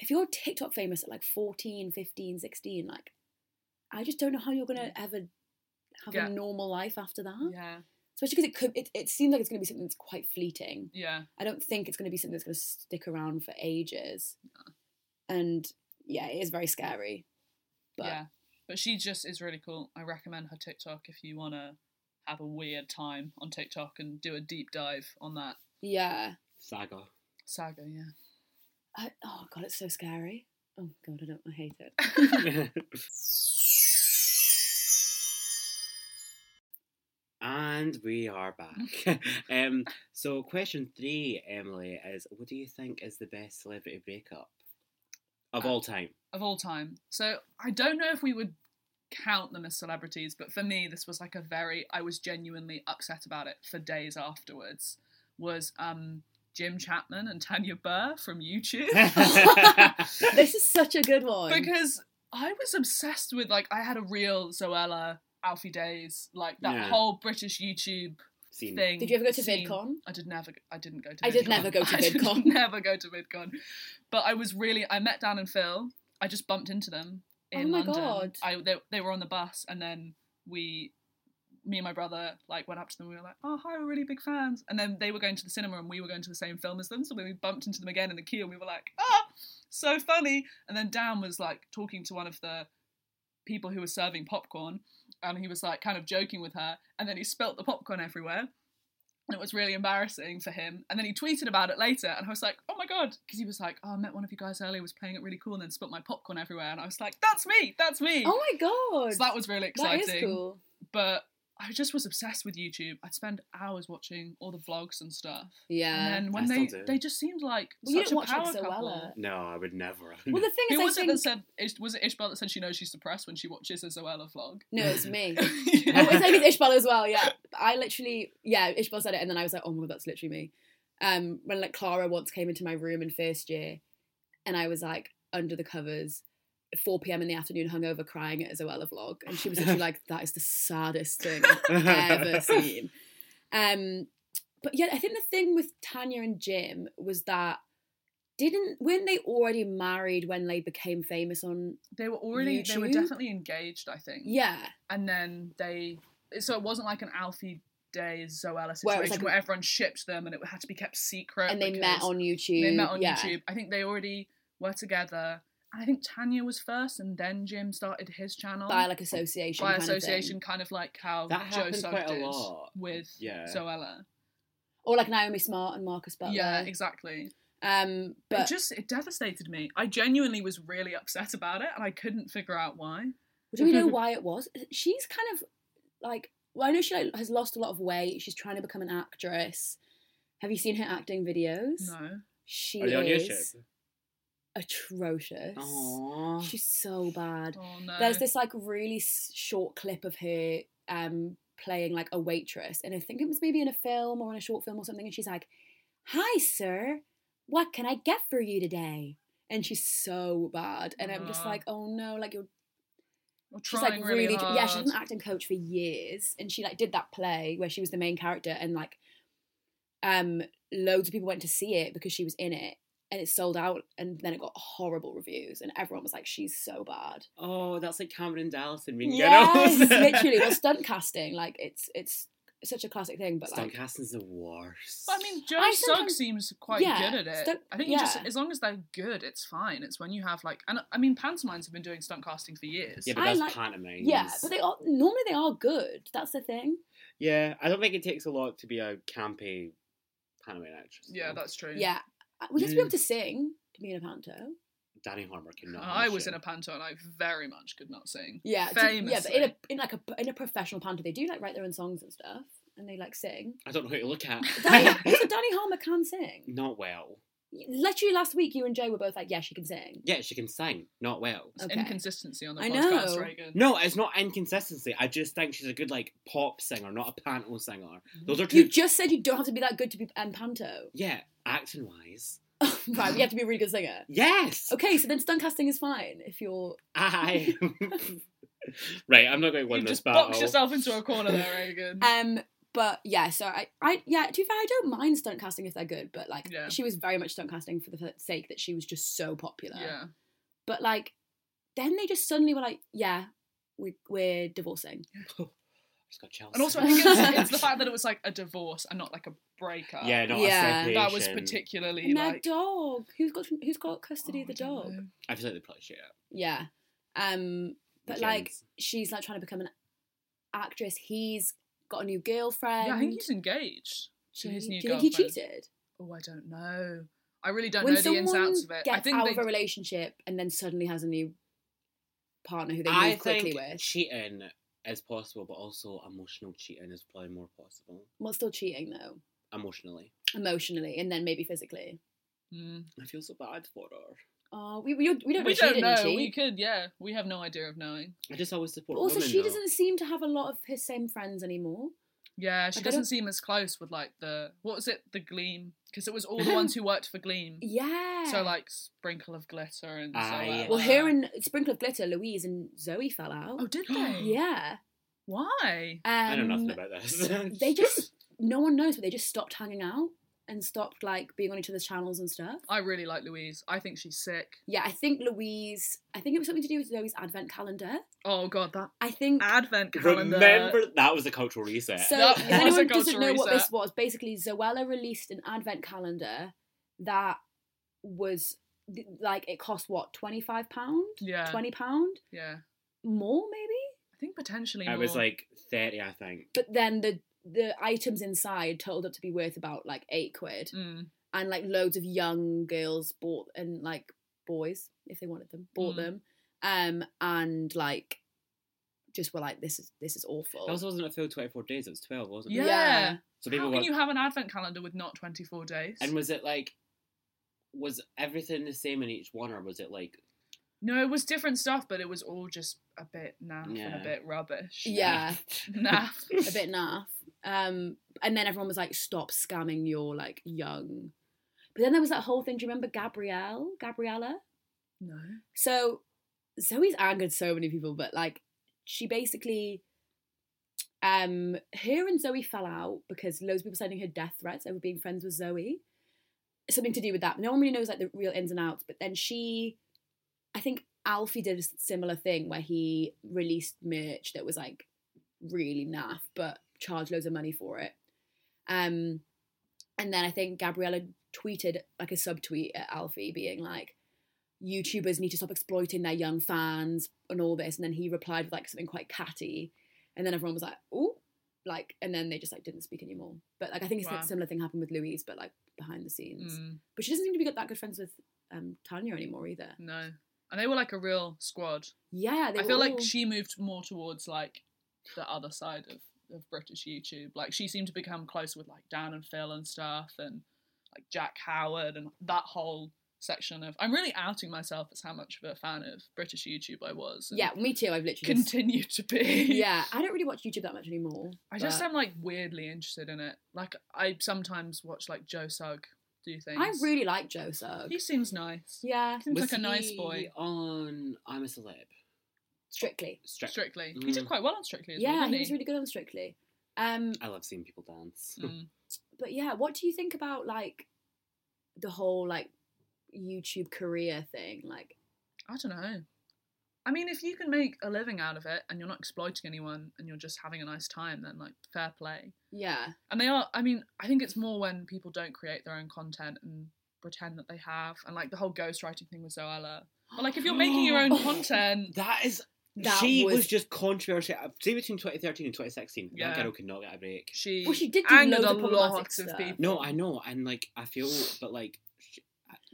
Speaker 2: if you're TikTok famous at like 14, 15, 16, like, I just don't know how you're going to ever have
Speaker 3: Mm. Yeah.
Speaker 2: a normal life after that.
Speaker 3: yeah,
Speaker 2: Especially because it could, it, it seems like it's going to be something that's quite fleeting.
Speaker 3: yeah.
Speaker 2: I don't think it's going to be something that's going to stick around for ages. And yeah, it is very scary. But
Speaker 3: yeah, but she just is really cool. I recommend her TikTok if you want to have a weird time on TikTok and do a deep dive on that
Speaker 2: yeah.
Speaker 1: Saga.
Speaker 3: saga. Yeah.
Speaker 2: I, oh god, it's so scary. Oh god, I don't. I hate it.
Speaker 1: and we are back. um, so, question three, Emily, is what do you think is the best celebrity breakup of all time?
Speaker 3: Of all time, so I don't know if we would count them as celebrities, but for me, this was like a very I was genuinely upset about it for days afterwards. Was um Jim Chapman and Tanya Burr from YouTube
Speaker 2: This is such a good one.
Speaker 3: because I was obsessed with like I had a real Zoella Alfie Days like that
Speaker 1: Yeah.
Speaker 3: whole British YouTube
Speaker 1: Scene.
Speaker 3: thing.
Speaker 2: Did you ever go to
Speaker 3: scene.
Speaker 2: VidCon?
Speaker 3: I did never. I didn't go to.
Speaker 2: I did never go to
Speaker 3: I did
Speaker 2: VidCon.
Speaker 3: never go to VidCon, but I was really. I met Dan and Phil. I just bumped into them in
Speaker 2: Oh my
Speaker 3: London.
Speaker 2: God.
Speaker 3: I they, they were on the bus, and then we, me and my brother, like went up to them. We were like, "Oh hi, we're really big fans." And then they were going to the cinema, and we were going to the same film as them. So we bumped into them again in the queue, and we were like, "Ah, so funny!" And then Dan was like talking to one of the people who were serving popcorn, and he was like kind of joking with her, and then he spilt the popcorn everywhere. And it was really embarrassing for him. And then he tweeted about it later, and I was like, "Oh my god!" Because he was like, "Oh, I met one of you guys earlier, was playing it really cool, and then spilt my popcorn everywhere." And I was like, "That's me! That's me!"
Speaker 2: Oh my god.
Speaker 3: so that was really
Speaker 2: that
Speaker 3: exciting.
Speaker 2: is cool.
Speaker 3: But I just was obsessed with YouTube. I'd spend hours watching all the vlogs and stuff.
Speaker 2: Yeah.
Speaker 3: and then
Speaker 1: I
Speaker 3: when
Speaker 1: still
Speaker 3: they
Speaker 1: do.
Speaker 3: they just seemed like
Speaker 2: Well, you
Speaker 3: such
Speaker 2: didn't
Speaker 3: a
Speaker 2: watch, like,
Speaker 3: power
Speaker 2: Zoella.
Speaker 3: couple.
Speaker 1: No, I would never.
Speaker 2: well, the thing
Speaker 3: Who
Speaker 2: is,
Speaker 3: was
Speaker 2: I
Speaker 3: it
Speaker 2: think
Speaker 3: that said? Ish- Was it Ishbel that said she knows she's depressed when she watches a Zoella vlog?
Speaker 2: no, it's me.
Speaker 3: Yeah.
Speaker 2: I was like it's Ishbal as well, yeah. But I literally, yeah, Ishbal said it, and then I was like, oh my god, that's literally me. Um, when like Clara once came into my room in first year, and I was like under the covers, 4 p.m. in the afternoon, hungover, crying at a Zoella vlog, and she was literally like, that is the saddest thing I've ever seen. Um, but yeah, I think the thing with Tanya and Jim was that didn't weren't they already married when they became famous on?
Speaker 3: they were already they were
Speaker 2: YouTube?
Speaker 3: definitely engaged. I think.
Speaker 2: Yeah,
Speaker 3: and then they so it wasn't like an Alfie Days Zoella
Speaker 2: Where it was
Speaker 3: situation where,
Speaker 2: like-
Speaker 3: everyone shipped them and it had to be kept secret.
Speaker 2: and they met
Speaker 3: because
Speaker 2: on YouTube.
Speaker 3: they met on
Speaker 2: yeah.
Speaker 3: YouTube. I think they already were together. And I think Tanya was first, and then Jim started his channel
Speaker 2: by like association.
Speaker 3: by
Speaker 2: kind of thing.
Speaker 3: association, kind of like how
Speaker 1: That
Speaker 3: Joe
Speaker 1: happened
Speaker 3: Sugg
Speaker 1: quite a
Speaker 3: did
Speaker 1: lot.
Speaker 3: with
Speaker 1: Yeah.
Speaker 3: Zoella.
Speaker 2: or like Naomi Smart and Marcus Butler.
Speaker 3: yeah, exactly.
Speaker 2: Um,
Speaker 3: But
Speaker 2: but
Speaker 3: it just it devastated me. I genuinely was really upset about it, and I couldn't figure out why.
Speaker 2: do we know why it was? She's kind of like. Well, I know she like, has lost a lot of weight. She's trying to become an actress. Have you seen her acting videos?
Speaker 3: No,
Speaker 2: She
Speaker 1: Are they on
Speaker 2: is
Speaker 1: YouTube? Oh,
Speaker 2: atrocious.
Speaker 1: Aww.
Speaker 2: She's so bad.
Speaker 3: oh no.
Speaker 2: There's this like really s- short clip of her um, playing like a waitress, and I think it was maybe in a film or in a short film or something. And she's like, "Hi, sir, what can I get for you today?" And she's so bad, and I'm just
Speaker 3: Aw.
Speaker 2: like, "Oh no!" Like you're
Speaker 3: We're
Speaker 2: she's
Speaker 3: trying
Speaker 2: like
Speaker 3: really,
Speaker 2: really,
Speaker 3: hard.
Speaker 2: yeah. She's an acting coach for years, and she like did that play where she was the main character, and like um, loads of people went to see it because she was in it. And it sold out, and then it got horrible reviews, and everyone was like, "She's so bad."
Speaker 1: Oh, that's like Cameron Dallas and Mean
Speaker 2: Yes,
Speaker 1: Girls.
Speaker 2: literally. Well, stunt casting, like it's it's such a classic thing, but
Speaker 1: Stunt
Speaker 2: like
Speaker 1: casting's the worst.
Speaker 3: But I mean, Joe
Speaker 2: I
Speaker 3: Sugg
Speaker 2: sometimes-
Speaker 3: seems quite
Speaker 2: yeah,
Speaker 3: good at it.
Speaker 2: stunt-
Speaker 3: I think you just
Speaker 2: yeah.
Speaker 3: as long as they're good, it's fine. It's when you have like, and I mean, pantomimes have been doing stunt casting for years.
Speaker 1: yeah, but
Speaker 2: I
Speaker 1: that's
Speaker 2: like-
Speaker 1: pantomime.
Speaker 2: yeah, but they are normally they are good. That's the thing.
Speaker 1: Yeah, I don't think it takes a lot to be a campy pantomime actress.
Speaker 3: Yeah,
Speaker 1: though.
Speaker 3: that's true.
Speaker 2: Yeah, we have to be able to sing to be in a panto.
Speaker 1: Danny Harmer cannot.
Speaker 3: I was
Speaker 1: shit.
Speaker 3: in a panto and I very much could not sing.
Speaker 2: Yeah, to- yeah, but in a
Speaker 3: Famously.
Speaker 2: in like a in a professional panto, they do like write their own songs and stuff, and they like sing.
Speaker 1: I don't know who to look at.
Speaker 2: Danny, also, Danny Harmer can sing.
Speaker 1: not well.
Speaker 2: Literally last week, you and Joe were both like, "Yeah, she can sing."
Speaker 1: Yeah, she can sing. Not well.
Speaker 3: It's
Speaker 2: Okay.
Speaker 3: Inconsistency on the
Speaker 2: I
Speaker 3: podcast,
Speaker 2: know.
Speaker 3: Reagan.
Speaker 1: No, it's not inconsistency. I just think she's a good like pop singer, not a panto singer.
Speaker 3: Mm-hmm.
Speaker 1: Those are two.
Speaker 2: You just said you don't have to be that good to be um, panto.
Speaker 1: yeah, acting wise.
Speaker 2: right, you have to be a really good singer.
Speaker 1: Yes.
Speaker 2: Okay, so then stunt casting is fine if you're
Speaker 1: I. right, I'm not going to win
Speaker 3: You
Speaker 1: this
Speaker 3: just
Speaker 1: battle.
Speaker 3: boxed yourself into a corner there, Reagan.
Speaker 2: Um, but yeah, so I, I, yeah, to be fair, I don't mind stunt casting if they're good, but like,
Speaker 3: Yeah.
Speaker 2: she was very much stunt casting for the f- sake that she was just so popular.
Speaker 3: yeah,
Speaker 2: But like, then they just suddenly were like, yeah, we, we're divorcing.
Speaker 1: Just got Chelsea.
Speaker 3: and also I think it's, it's the fact that it was like a divorce and not like a breakup.
Speaker 1: Yeah, not
Speaker 2: Yeah.
Speaker 1: a separation.
Speaker 3: that was particularly
Speaker 2: and
Speaker 3: like.
Speaker 2: their dog, who's got who's got custody
Speaker 3: Oh,
Speaker 2: of the
Speaker 3: I don't
Speaker 2: dog?
Speaker 3: know.
Speaker 1: I feel like they probably should.
Speaker 2: Yeah. Um, but like, she's like trying to become an actress. He's got a new girlfriend.
Speaker 3: Yeah, I think he's engaged.
Speaker 2: Do
Speaker 3: to his
Speaker 2: you-
Speaker 3: new
Speaker 2: do you think he
Speaker 3: girlfriend.
Speaker 2: cheated?
Speaker 3: Oh, I don't know. I really don't
Speaker 2: when
Speaker 3: know the ins and
Speaker 2: someone
Speaker 3: outs of it. I
Speaker 2: gets
Speaker 3: think
Speaker 2: out
Speaker 3: they,
Speaker 2: of a relationship and then suddenly has a new partner who they
Speaker 1: I
Speaker 2: move quickly
Speaker 1: think
Speaker 2: with,
Speaker 1: cheating is possible, but also emotional cheating is probably more possible
Speaker 2: well, still cheating though,
Speaker 1: emotionally.
Speaker 2: emotionally and then maybe physically.
Speaker 3: Mm.
Speaker 1: I feel so bad for her.
Speaker 2: Oh, we, we, we don't know.
Speaker 3: we
Speaker 2: if she
Speaker 3: don't
Speaker 2: didn't
Speaker 3: know.
Speaker 2: cheat.
Speaker 3: We could, yeah. We have no idea of knowing.
Speaker 1: I just always support.
Speaker 2: But also,
Speaker 1: women,
Speaker 2: she
Speaker 1: though.
Speaker 2: doesn't seem to have a lot of her same friends anymore.
Speaker 3: Yeah, she
Speaker 2: Like, I don't-
Speaker 3: doesn't seem as close with like the what was it, the Gleam? Because it was all the ones who worked for Gleam.
Speaker 2: Yeah.
Speaker 3: So like sprinkle of glitter and.
Speaker 1: Ah,
Speaker 3: so,
Speaker 1: yeah.
Speaker 2: well, her and Sprinkle of Glitter, Louise and Zoe fell out.
Speaker 3: Oh, did they?
Speaker 2: yeah.
Speaker 3: Why?
Speaker 2: Um,
Speaker 1: I know nothing about this.
Speaker 2: They just, no one knows, but they just stopped hanging out and stopped like being on each other's channels and stuff.
Speaker 3: I really like Louise. I think she's sick.
Speaker 2: Yeah, I think Louise. I think it was something to do with Zoe's advent calendar.
Speaker 3: Oh god, that
Speaker 2: I think.
Speaker 1: Ah,
Speaker 3: advent calendar.
Speaker 1: remember that was a cultural reset.
Speaker 2: so,
Speaker 3: That
Speaker 2: if
Speaker 3: was a
Speaker 2: anyone doesn't know
Speaker 3: cultural
Speaker 2: what this
Speaker 3: reset.
Speaker 2: was, basically Zoella released an advent calendar that was th- like it cost what twenty five pound,
Speaker 3: Yeah.
Speaker 2: twenty pound
Speaker 3: Yeah.
Speaker 2: more maybe.
Speaker 3: I think potentially.
Speaker 1: I
Speaker 3: more.
Speaker 1: was like thirty, I think.
Speaker 2: But then the the items inside totaled up to be worth about like eight quid,
Speaker 3: Mm,
Speaker 2: and like loads of young girls bought and like boys if they wanted them bought
Speaker 3: Mm.
Speaker 2: them, um and like just were like this is this is awful.
Speaker 1: That also wasn't a full twenty-four days. It was twelve, wasn't
Speaker 3: Yeah.
Speaker 1: it? So people
Speaker 3: how
Speaker 1: were.
Speaker 3: can you have an advent calendar with not twenty four days?
Speaker 1: and was it like? Was everything the same in each one, or was it like?
Speaker 3: no, it was different stuff, but it was all just a bit naff and
Speaker 1: Yeah.
Speaker 3: a bit rubbish.
Speaker 2: Yeah,
Speaker 3: naff.
Speaker 2: a bit naff. Um, and then everyone was like, "Stop scamming your like young." But then there was that whole thing. Do you remember Gabrielle? Gabriella.
Speaker 3: No.
Speaker 2: So Zoe's angered so many people, but like she basically, um, her and Zoe fell out because loads of people sending her death threats over being friends with Zoe. Something to do with that. No one really knows like the real ins and outs. But then she, I think Alfie did a s- similar thing where he released merch that was like really naff, but charged loads of money for it. Um, and then I think Gabriella tweeted like a subtweet at Alfie being like, YouTubers need to stop exploiting their young fans and all this. And then he replied with like something quite catty. And then everyone was like, oh, like, and then they just like didn't speak anymore. But like, I think it's
Speaker 3: Wow.
Speaker 2: a similar thing happened with Louise, but like behind the scenes.
Speaker 3: Mm,
Speaker 2: But she doesn't seem to be that good friends with um, Tanya anymore either.
Speaker 3: no. And they were like a real squad.
Speaker 2: Yeah, they
Speaker 3: I
Speaker 2: were
Speaker 3: feel like
Speaker 2: all-
Speaker 3: she moved more towards like the other side of, of British YouTube. Like she seemed to become closer with like Dan and Phil and stuff and like Jack Howard and that whole section of I'm really outing myself as how much of a fan of British YouTube I was. and
Speaker 2: Yeah, me too. I've literally. just-
Speaker 3: Continue to be.
Speaker 2: yeah, I don't really watch YouTube that much anymore.
Speaker 3: I just
Speaker 2: but
Speaker 3: am like weirdly interested in it. Like I sometimes watch like Joe Sugg do things.
Speaker 2: I really like Joe Sugg.
Speaker 3: he seems nice.
Speaker 2: Yeah,
Speaker 3: Seems
Speaker 1: was
Speaker 3: like a nice
Speaker 1: he
Speaker 3: boy.
Speaker 1: on I'm a Celeb.
Speaker 2: Strictly.
Speaker 1: Strip.
Speaker 3: Strictly. He did
Speaker 1: Mm.
Speaker 3: quite well on Strictly as well,
Speaker 2: Yeah,
Speaker 3: didn't
Speaker 2: he was really good on Strictly. Um,
Speaker 1: I love seeing people dance.
Speaker 3: Mm.
Speaker 2: but yeah, what do you think about like the whole like YouTube career thing? Like,
Speaker 3: I don't know. I mean, if you can make a living out of it and you're not exploiting anyone and you're just having a nice time, then like fair play.
Speaker 2: yeah,
Speaker 3: And they are. I mean, I think it's more when people don't create their own content and pretend that they have, and like the whole ghostwriting thing with Zoella. But like, if you're making your own content,
Speaker 1: That is.
Speaker 2: That
Speaker 1: she was...
Speaker 2: was-
Speaker 1: just controversial. Uh, See between 2013 and 2016, that
Speaker 3: Yeah.
Speaker 1: girl could not get a break.
Speaker 3: she
Speaker 2: Well, she did do
Speaker 3: angered
Speaker 2: loads
Speaker 3: a
Speaker 2: of problematic
Speaker 3: lot
Speaker 2: stuff.
Speaker 3: of people.
Speaker 1: No, I know, and like I feel, but like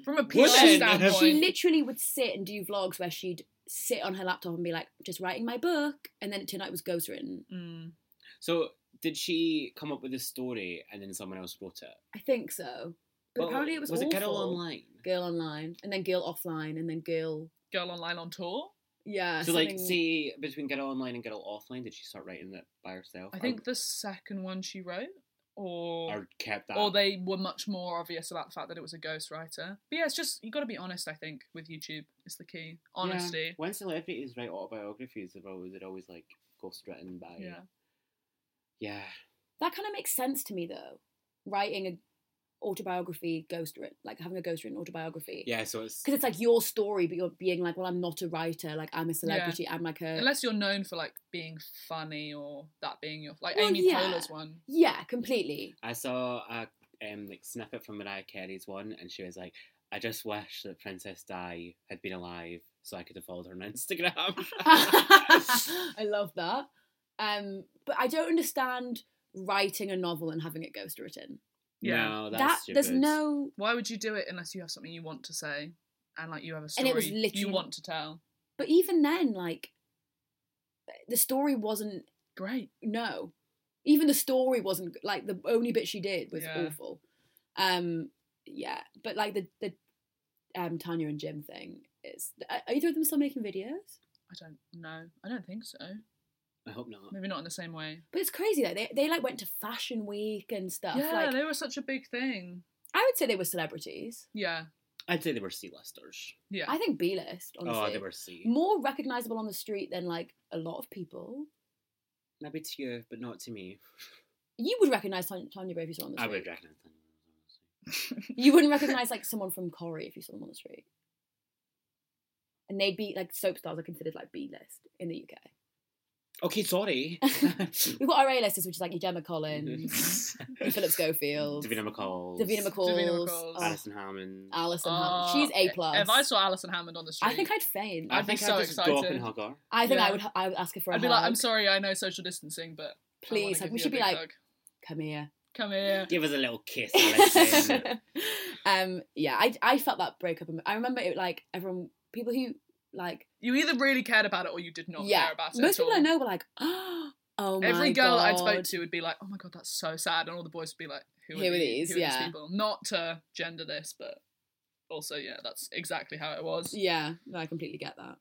Speaker 3: From a PR
Speaker 1: Would she?
Speaker 3: standpoint,
Speaker 2: she literally would sit and do vlogs where she'd sit on her laptop and be like, "Just writing my book," and then it turned out it was ghostwritten.
Speaker 3: Mm.
Speaker 1: So did she come up with this story and then someone else wrote it?
Speaker 2: I think so, but
Speaker 1: Well,
Speaker 2: apparently it was
Speaker 1: was
Speaker 2: awful.
Speaker 1: it Girl Online?
Speaker 2: Girl online, and then girl offline, and then girl.
Speaker 3: girl online on tour.
Speaker 2: Yeah.
Speaker 1: so like,
Speaker 2: something-
Speaker 1: see between Girl Online and Girl Offline, did she start writing it by herself?
Speaker 3: I think the second one she wrote,
Speaker 1: or,
Speaker 3: or
Speaker 1: or kept Oh, that.
Speaker 3: or they were much more obvious about the fact that it was a ghostwriter. But yeah, it's just you got to be honest. I think with YouTube is the key.
Speaker 1: Yeah.
Speaker 3: Honesty.
Speaker 1: When celebrities write autobiographies, they're always, they're always like ghostwritten by.
Speaker 3: Yeah.
Speaker 1: Yeah.
Speaker 2: that kind of makes sense to me though. Writing a autobiography, ghostwritten, like having a ghostwritten autobiography.
Speaker 1: Yeah. So it's.
Speaker 2: Because it's like your story, but you're being like, well, I'm not a writer. Like I'm a celebrity. I'm like a
Speaker 3: Unless you're known for like being funny or that being your like
Speaker 2: Well,
Speaker 3: Amy
Speaker 2: yeah.
Speaker 3: Poehler's one.
Speaker 2: yeah, completely.
Speaker 1: I saw a um, like snippet from Mariah Carey's one, and she was like, "I just wish that Princess Di had been alive, so I could have followed her on Instagram."
Speaker 2: I love that. Um, but I don't understand writing a novel and having it ghostwritten.
Speaker 3: Yeah.
Speaker 1: No, Oh, that's
Speaker 2: that
Speaker 1: stupid.
Speaker 2: there's no
Speaker 3: Why would you do it unless you have something you want to say and like you have a
Speaker 2: And
Speaker 3: story
Speaker 2: it was
Speaker 3: you
Speaker 2: literally-
Speaker 3: want to tell?
Speaker 2: but even then, like the story wasn't
Speaker 3: Great.
Speaker 2: no. Even the story wasn't g- like the only bit she did was
Speaker 3: Yeah.
Speaker 2: awful. Um, yeah, but like the the um, Tanya and Jim thing is. Are either of them still making videos?
Speaker 3: I don't know. I don't think so.
Speaker 1: I hope not.
Speaker 3: Maybe not in the same way.
Speaker 2: But it's crazy though. They they like went to fashion week and stuff.
Speaker 3: yeah,
Speaker 2: like
Speaker 3: they were such a big thing.
Speaker 2: I would say they were celebrities.
Speaker 3: Yeah,
Speaker 1: I'd say they were C-listers.
Speaker 3: yeah.
Speaker 2: I think B list, honestly.
Speaker 1: Oh, they were C.
Speaker 2: More recognizable on the street than like a lot of people.
Speaker 1: Maybe to you, but not to me.
Speaker 2: You would recognise Tan- Tanya Bray if you saw her on the
Speaker 1: I
Speaker 2: street.
Speaker 1: would recognise them.
Speaker 2: You wouldn't recognise like someone from Corey if you saw them on the street. And they'd be like soap stars are considered like B list in the UK.
Speaker 1: Okay, sorry.
Speaker 2: We've got our A listers, which is like your Gemma Collins, your Phillips Gofield,
Speaker 1: Davina McCall.
Speaker 2: Davina McCall,
Speaker 3: Mm-hmm. Davina McCalls.
Speaker 2: oh,
Speaker 1: Alison Hammond.
Speaker 2: Alison.
Speaker 3: Oh,
Speaker 2: Hunt. She's A plus.
Speaker 3: If I saw Alison Hammond on the street,
Speaker 2: I think I'd faint.
Speaker 1: I
Speaker 2: I,
Speaker 3: I'd be
Speaker 1: think I'd
Speaker 3: so
Speaker 1: just go up
Speaker 3: excited.
Speaker 1: and hug her.
Speaker 2: think I
Speaker 3: yeah.
Speaker 2: would. I would ask her for a
Speaker 3: I'd be
Speaker 2: hug.
Speaker 3: like, I'm sorry, I know social distancing, but I wanna
Speaker 2: Please,
Speaker 3: give
Speaker 2: like, we
Speaker 3: you a
Speaker 2: should be
Speaker 3: big
Speaker 2: like,
Speaker 3: hug.
Speaker 2: come here.
Speaker 3: come here.
Speaker 1: Give us a little kiss, Alison.
Speaker 2: um, yeah, I, I felt that breakup. I remember it like everyone, people who like
Speaker 3: You either really cared about it or you did not care about it.
Speaker 2: Most
Speaker 3: at
Speaker 2: people I
Speaker 3: all.
Speaker 2: know were like, oh, oh my
Speaker 3: Every girl I spoke
Speaker 2: God."
Speaker 3: to would be like, "Oh my god, that's so sad," and all the boys would be like, "Who are,
Speaker 2: Who are these?
Speaker 3: these? Who are
Speaker 2: Yeah.
Speaker 3: these people?" Not to gender this, but also, yeah, that's exactly how it was.
Speaker 2: Yeah, no, I completely get that.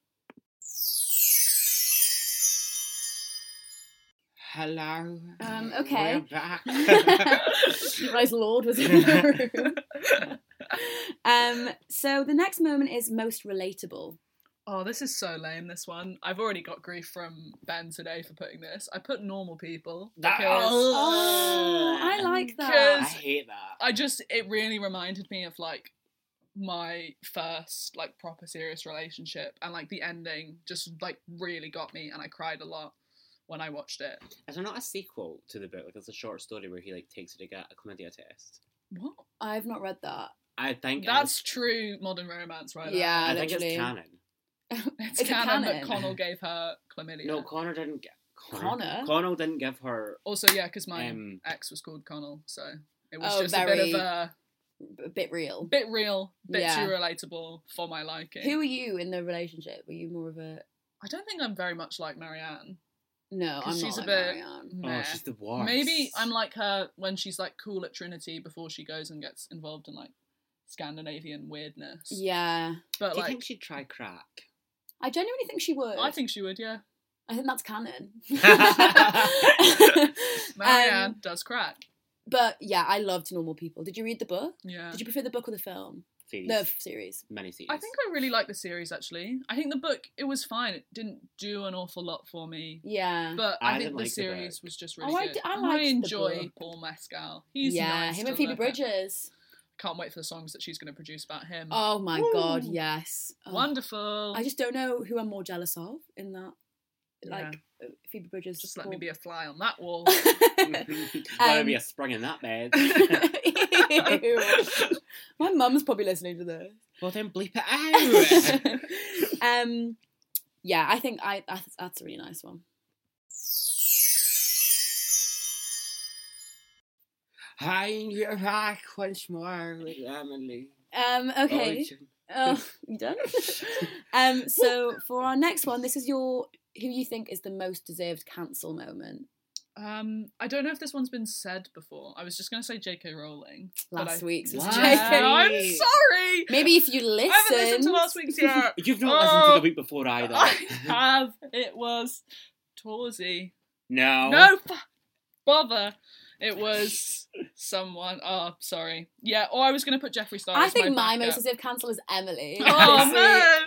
Speaker 1: Hello.
Speaker 2: Um, okay.
Speaker 1: We're back.
Speaker 2: Nice Lord was in the room. um, so the next moment is most relatable.
Speaker 3: Oh, this is so lame. This one, I've already got grief from Ben today for putting this. I put normal people
Speaker 1: That-
Speaker 3: because
Speaker 2: Oh, I like
Speaker 1: I
Speaker 2: that.
Speaker 3: Because-
Speaker 1: hate that.
Speaker 3: I just it really reminded me of like my first like proper serious relationship and like the ending just like really got me and I cried a lot when I watched it.
Speaker 1: Is there not a sequel to the book? Like, it's a short story where he like takes it to get a chlamydia test.
Speaker 3: What?
Speaker 2: I've not read that.
Speaker 1: I think
Speaker 3: That's true modern romance, right? there.
Speaker 2: Yeah,
Speaker 1: I think it's
Speaker 2: literally.
Speaker 1: canon.
Speaker 3: It's
Speaker 2: Is it
Speaker 3: canon, that
Speaker 2: canon?
Speaker 3: Connell gave her chlamydia.
Speaker 1: No, Connor didn't get
Speaker 2: Connor?
Speaker 1: Connell didn't give her.
Speaker 3: also, yeah, because my
Speaker 1: Um,
Speaker 3: ex was called Connell, so it was
Speaker 2: Oh,
Speaker 3: just a
Speaker 2: very-
Speaker 3: bit of a
Speaker 2: A bit real.
Speaker 3: bit real, bit
Speaker 2: Yeah.
Speaker 3: too relatable for my liking.
Speaker 2: Who were you in the relationship? Were you more of a
Speaker 3: I don't think I'm very much like Marianne.
Speaker 2: no? I'm
Speaker 3: 'Cause
Speaker 2: not
Speaker 3: she's a
Speaker 2: like
Speaker 3: bit-
Speaker 2: Marianne.
Speaker 1: Oh,
Speaker 3: Meh.
Speaker 1: she's the worst.
Speaker 3: Maybe I'm like her when she's like cool at Trinity before she goes and gets involved in like Scandinavian weirdness.
Speaker 2: Yeah,
Speaker 3: But
Speaker 1: Do you
Speaker 3: like,
Speaker 1: think she'd try crack?
Speaker 2: I genuinely think she would.
Speaker 3: I think she would, yeah.
Speaker 2: I think that's canon.
Speaker 3: Marianne
Speaker 2: Um,
Speaker 3: does crack.
Speaker 2: but yeah, I loved Normal People. Did you read the book?
Speaker 3: Yeah.
Speaker 2: Did you prefer the book or the film?
Speaker 1: Series.
Speaker 2: The f- series.
Speaker 1: Many series.
Speaker 3: I think I really like the series actually. I think the book it was fine. It didn't do an awful lot for me.
Speaker 2: Yeah.
Speaker 3: But
Speaker 1: I
Speaker 3: I,
Speaker 1: didn't
Speaker 3: think the
Speaker 1: like the
Speaker 3: series
Speaker 1: book.
Speaker 3: was just really
Speaker 2: Oh, I
Speaker 3: good.
Speaker 2: d- I
Speaker 3: I
Speaker 2: liked the
Speaker 3: enjoy
Speaker 2: book.
Speaker 3: Paul Mescal. He's
Speaker 2: yeah,
Speaker 3: nice
Speaker 2: him
Speaker 3: to
Speaker 2: and Phoebe
Speaker 3: look at.
Speaker 2: Bridges.
Speaker 3: Can't wait for the songs that she's going to produce about him.
Speaker 2: Oh my god,
Speaker 1: Woo.
Speaker 2: yes. Oh,
Speaker 3: Wonderful.
Speaker 2: I just don't know who I'm more jealous of in that.
Speaker 3: Yeah.
Speaker 2: Like uh, Phoebe Bridges.
Speaker 3: just let me be a fly on that wall.
Speaker 1: Gotta
Speaker 2: um,
Speaker 1: be a spring in that bed.
Speaker 2: Ew. My mum's probably listening to this.
Speaker 1: well, then bleep it out.
Speaker 2: um, yeah, I think I that's, that's a really nice one.
Speaker 1: Hi, you're back once more with Emily.
Speaker 2: Um, okay. Oh, you done? um, so for our next one, this is your who you think is the most deserved cancel moment
Speaker 3: Um, I don't know if this one's been said before. I was just going to say J.K. Rowling. but
Speaker 2: last
Speaker 3: I-
Speaker 2: week's. was
Speaker 1: Wow.
Speaker 2: J.K.
Speaker 3: Yeah, I'm
Speaker 1: Rowling.
Speaker 3: sorry.
Speaker 2: Maybe if you
Speaker 3: I
Speaker 2: listen.
Speaker 3: haven't listened to last week's yet.
Speaker 1: You've not listened to
Speaker 3: Oh.
Speaker 1: the week before either.
Speaker 3: I have. It was Torsey.
Speaker 1: no.
Speaker 3: No fu- bother. It was someone. Oh, sorry. Yeah. Or I was going to put Jeffree Star.
Speaker 2: I
Speaker 3: as
Speaker 2: think my
Speaker 3: backup.
Speaker 2: most deserved cancel is Emily.
Speaker 3: Oh
Speaker 2: honestly.
Speaker 3: no.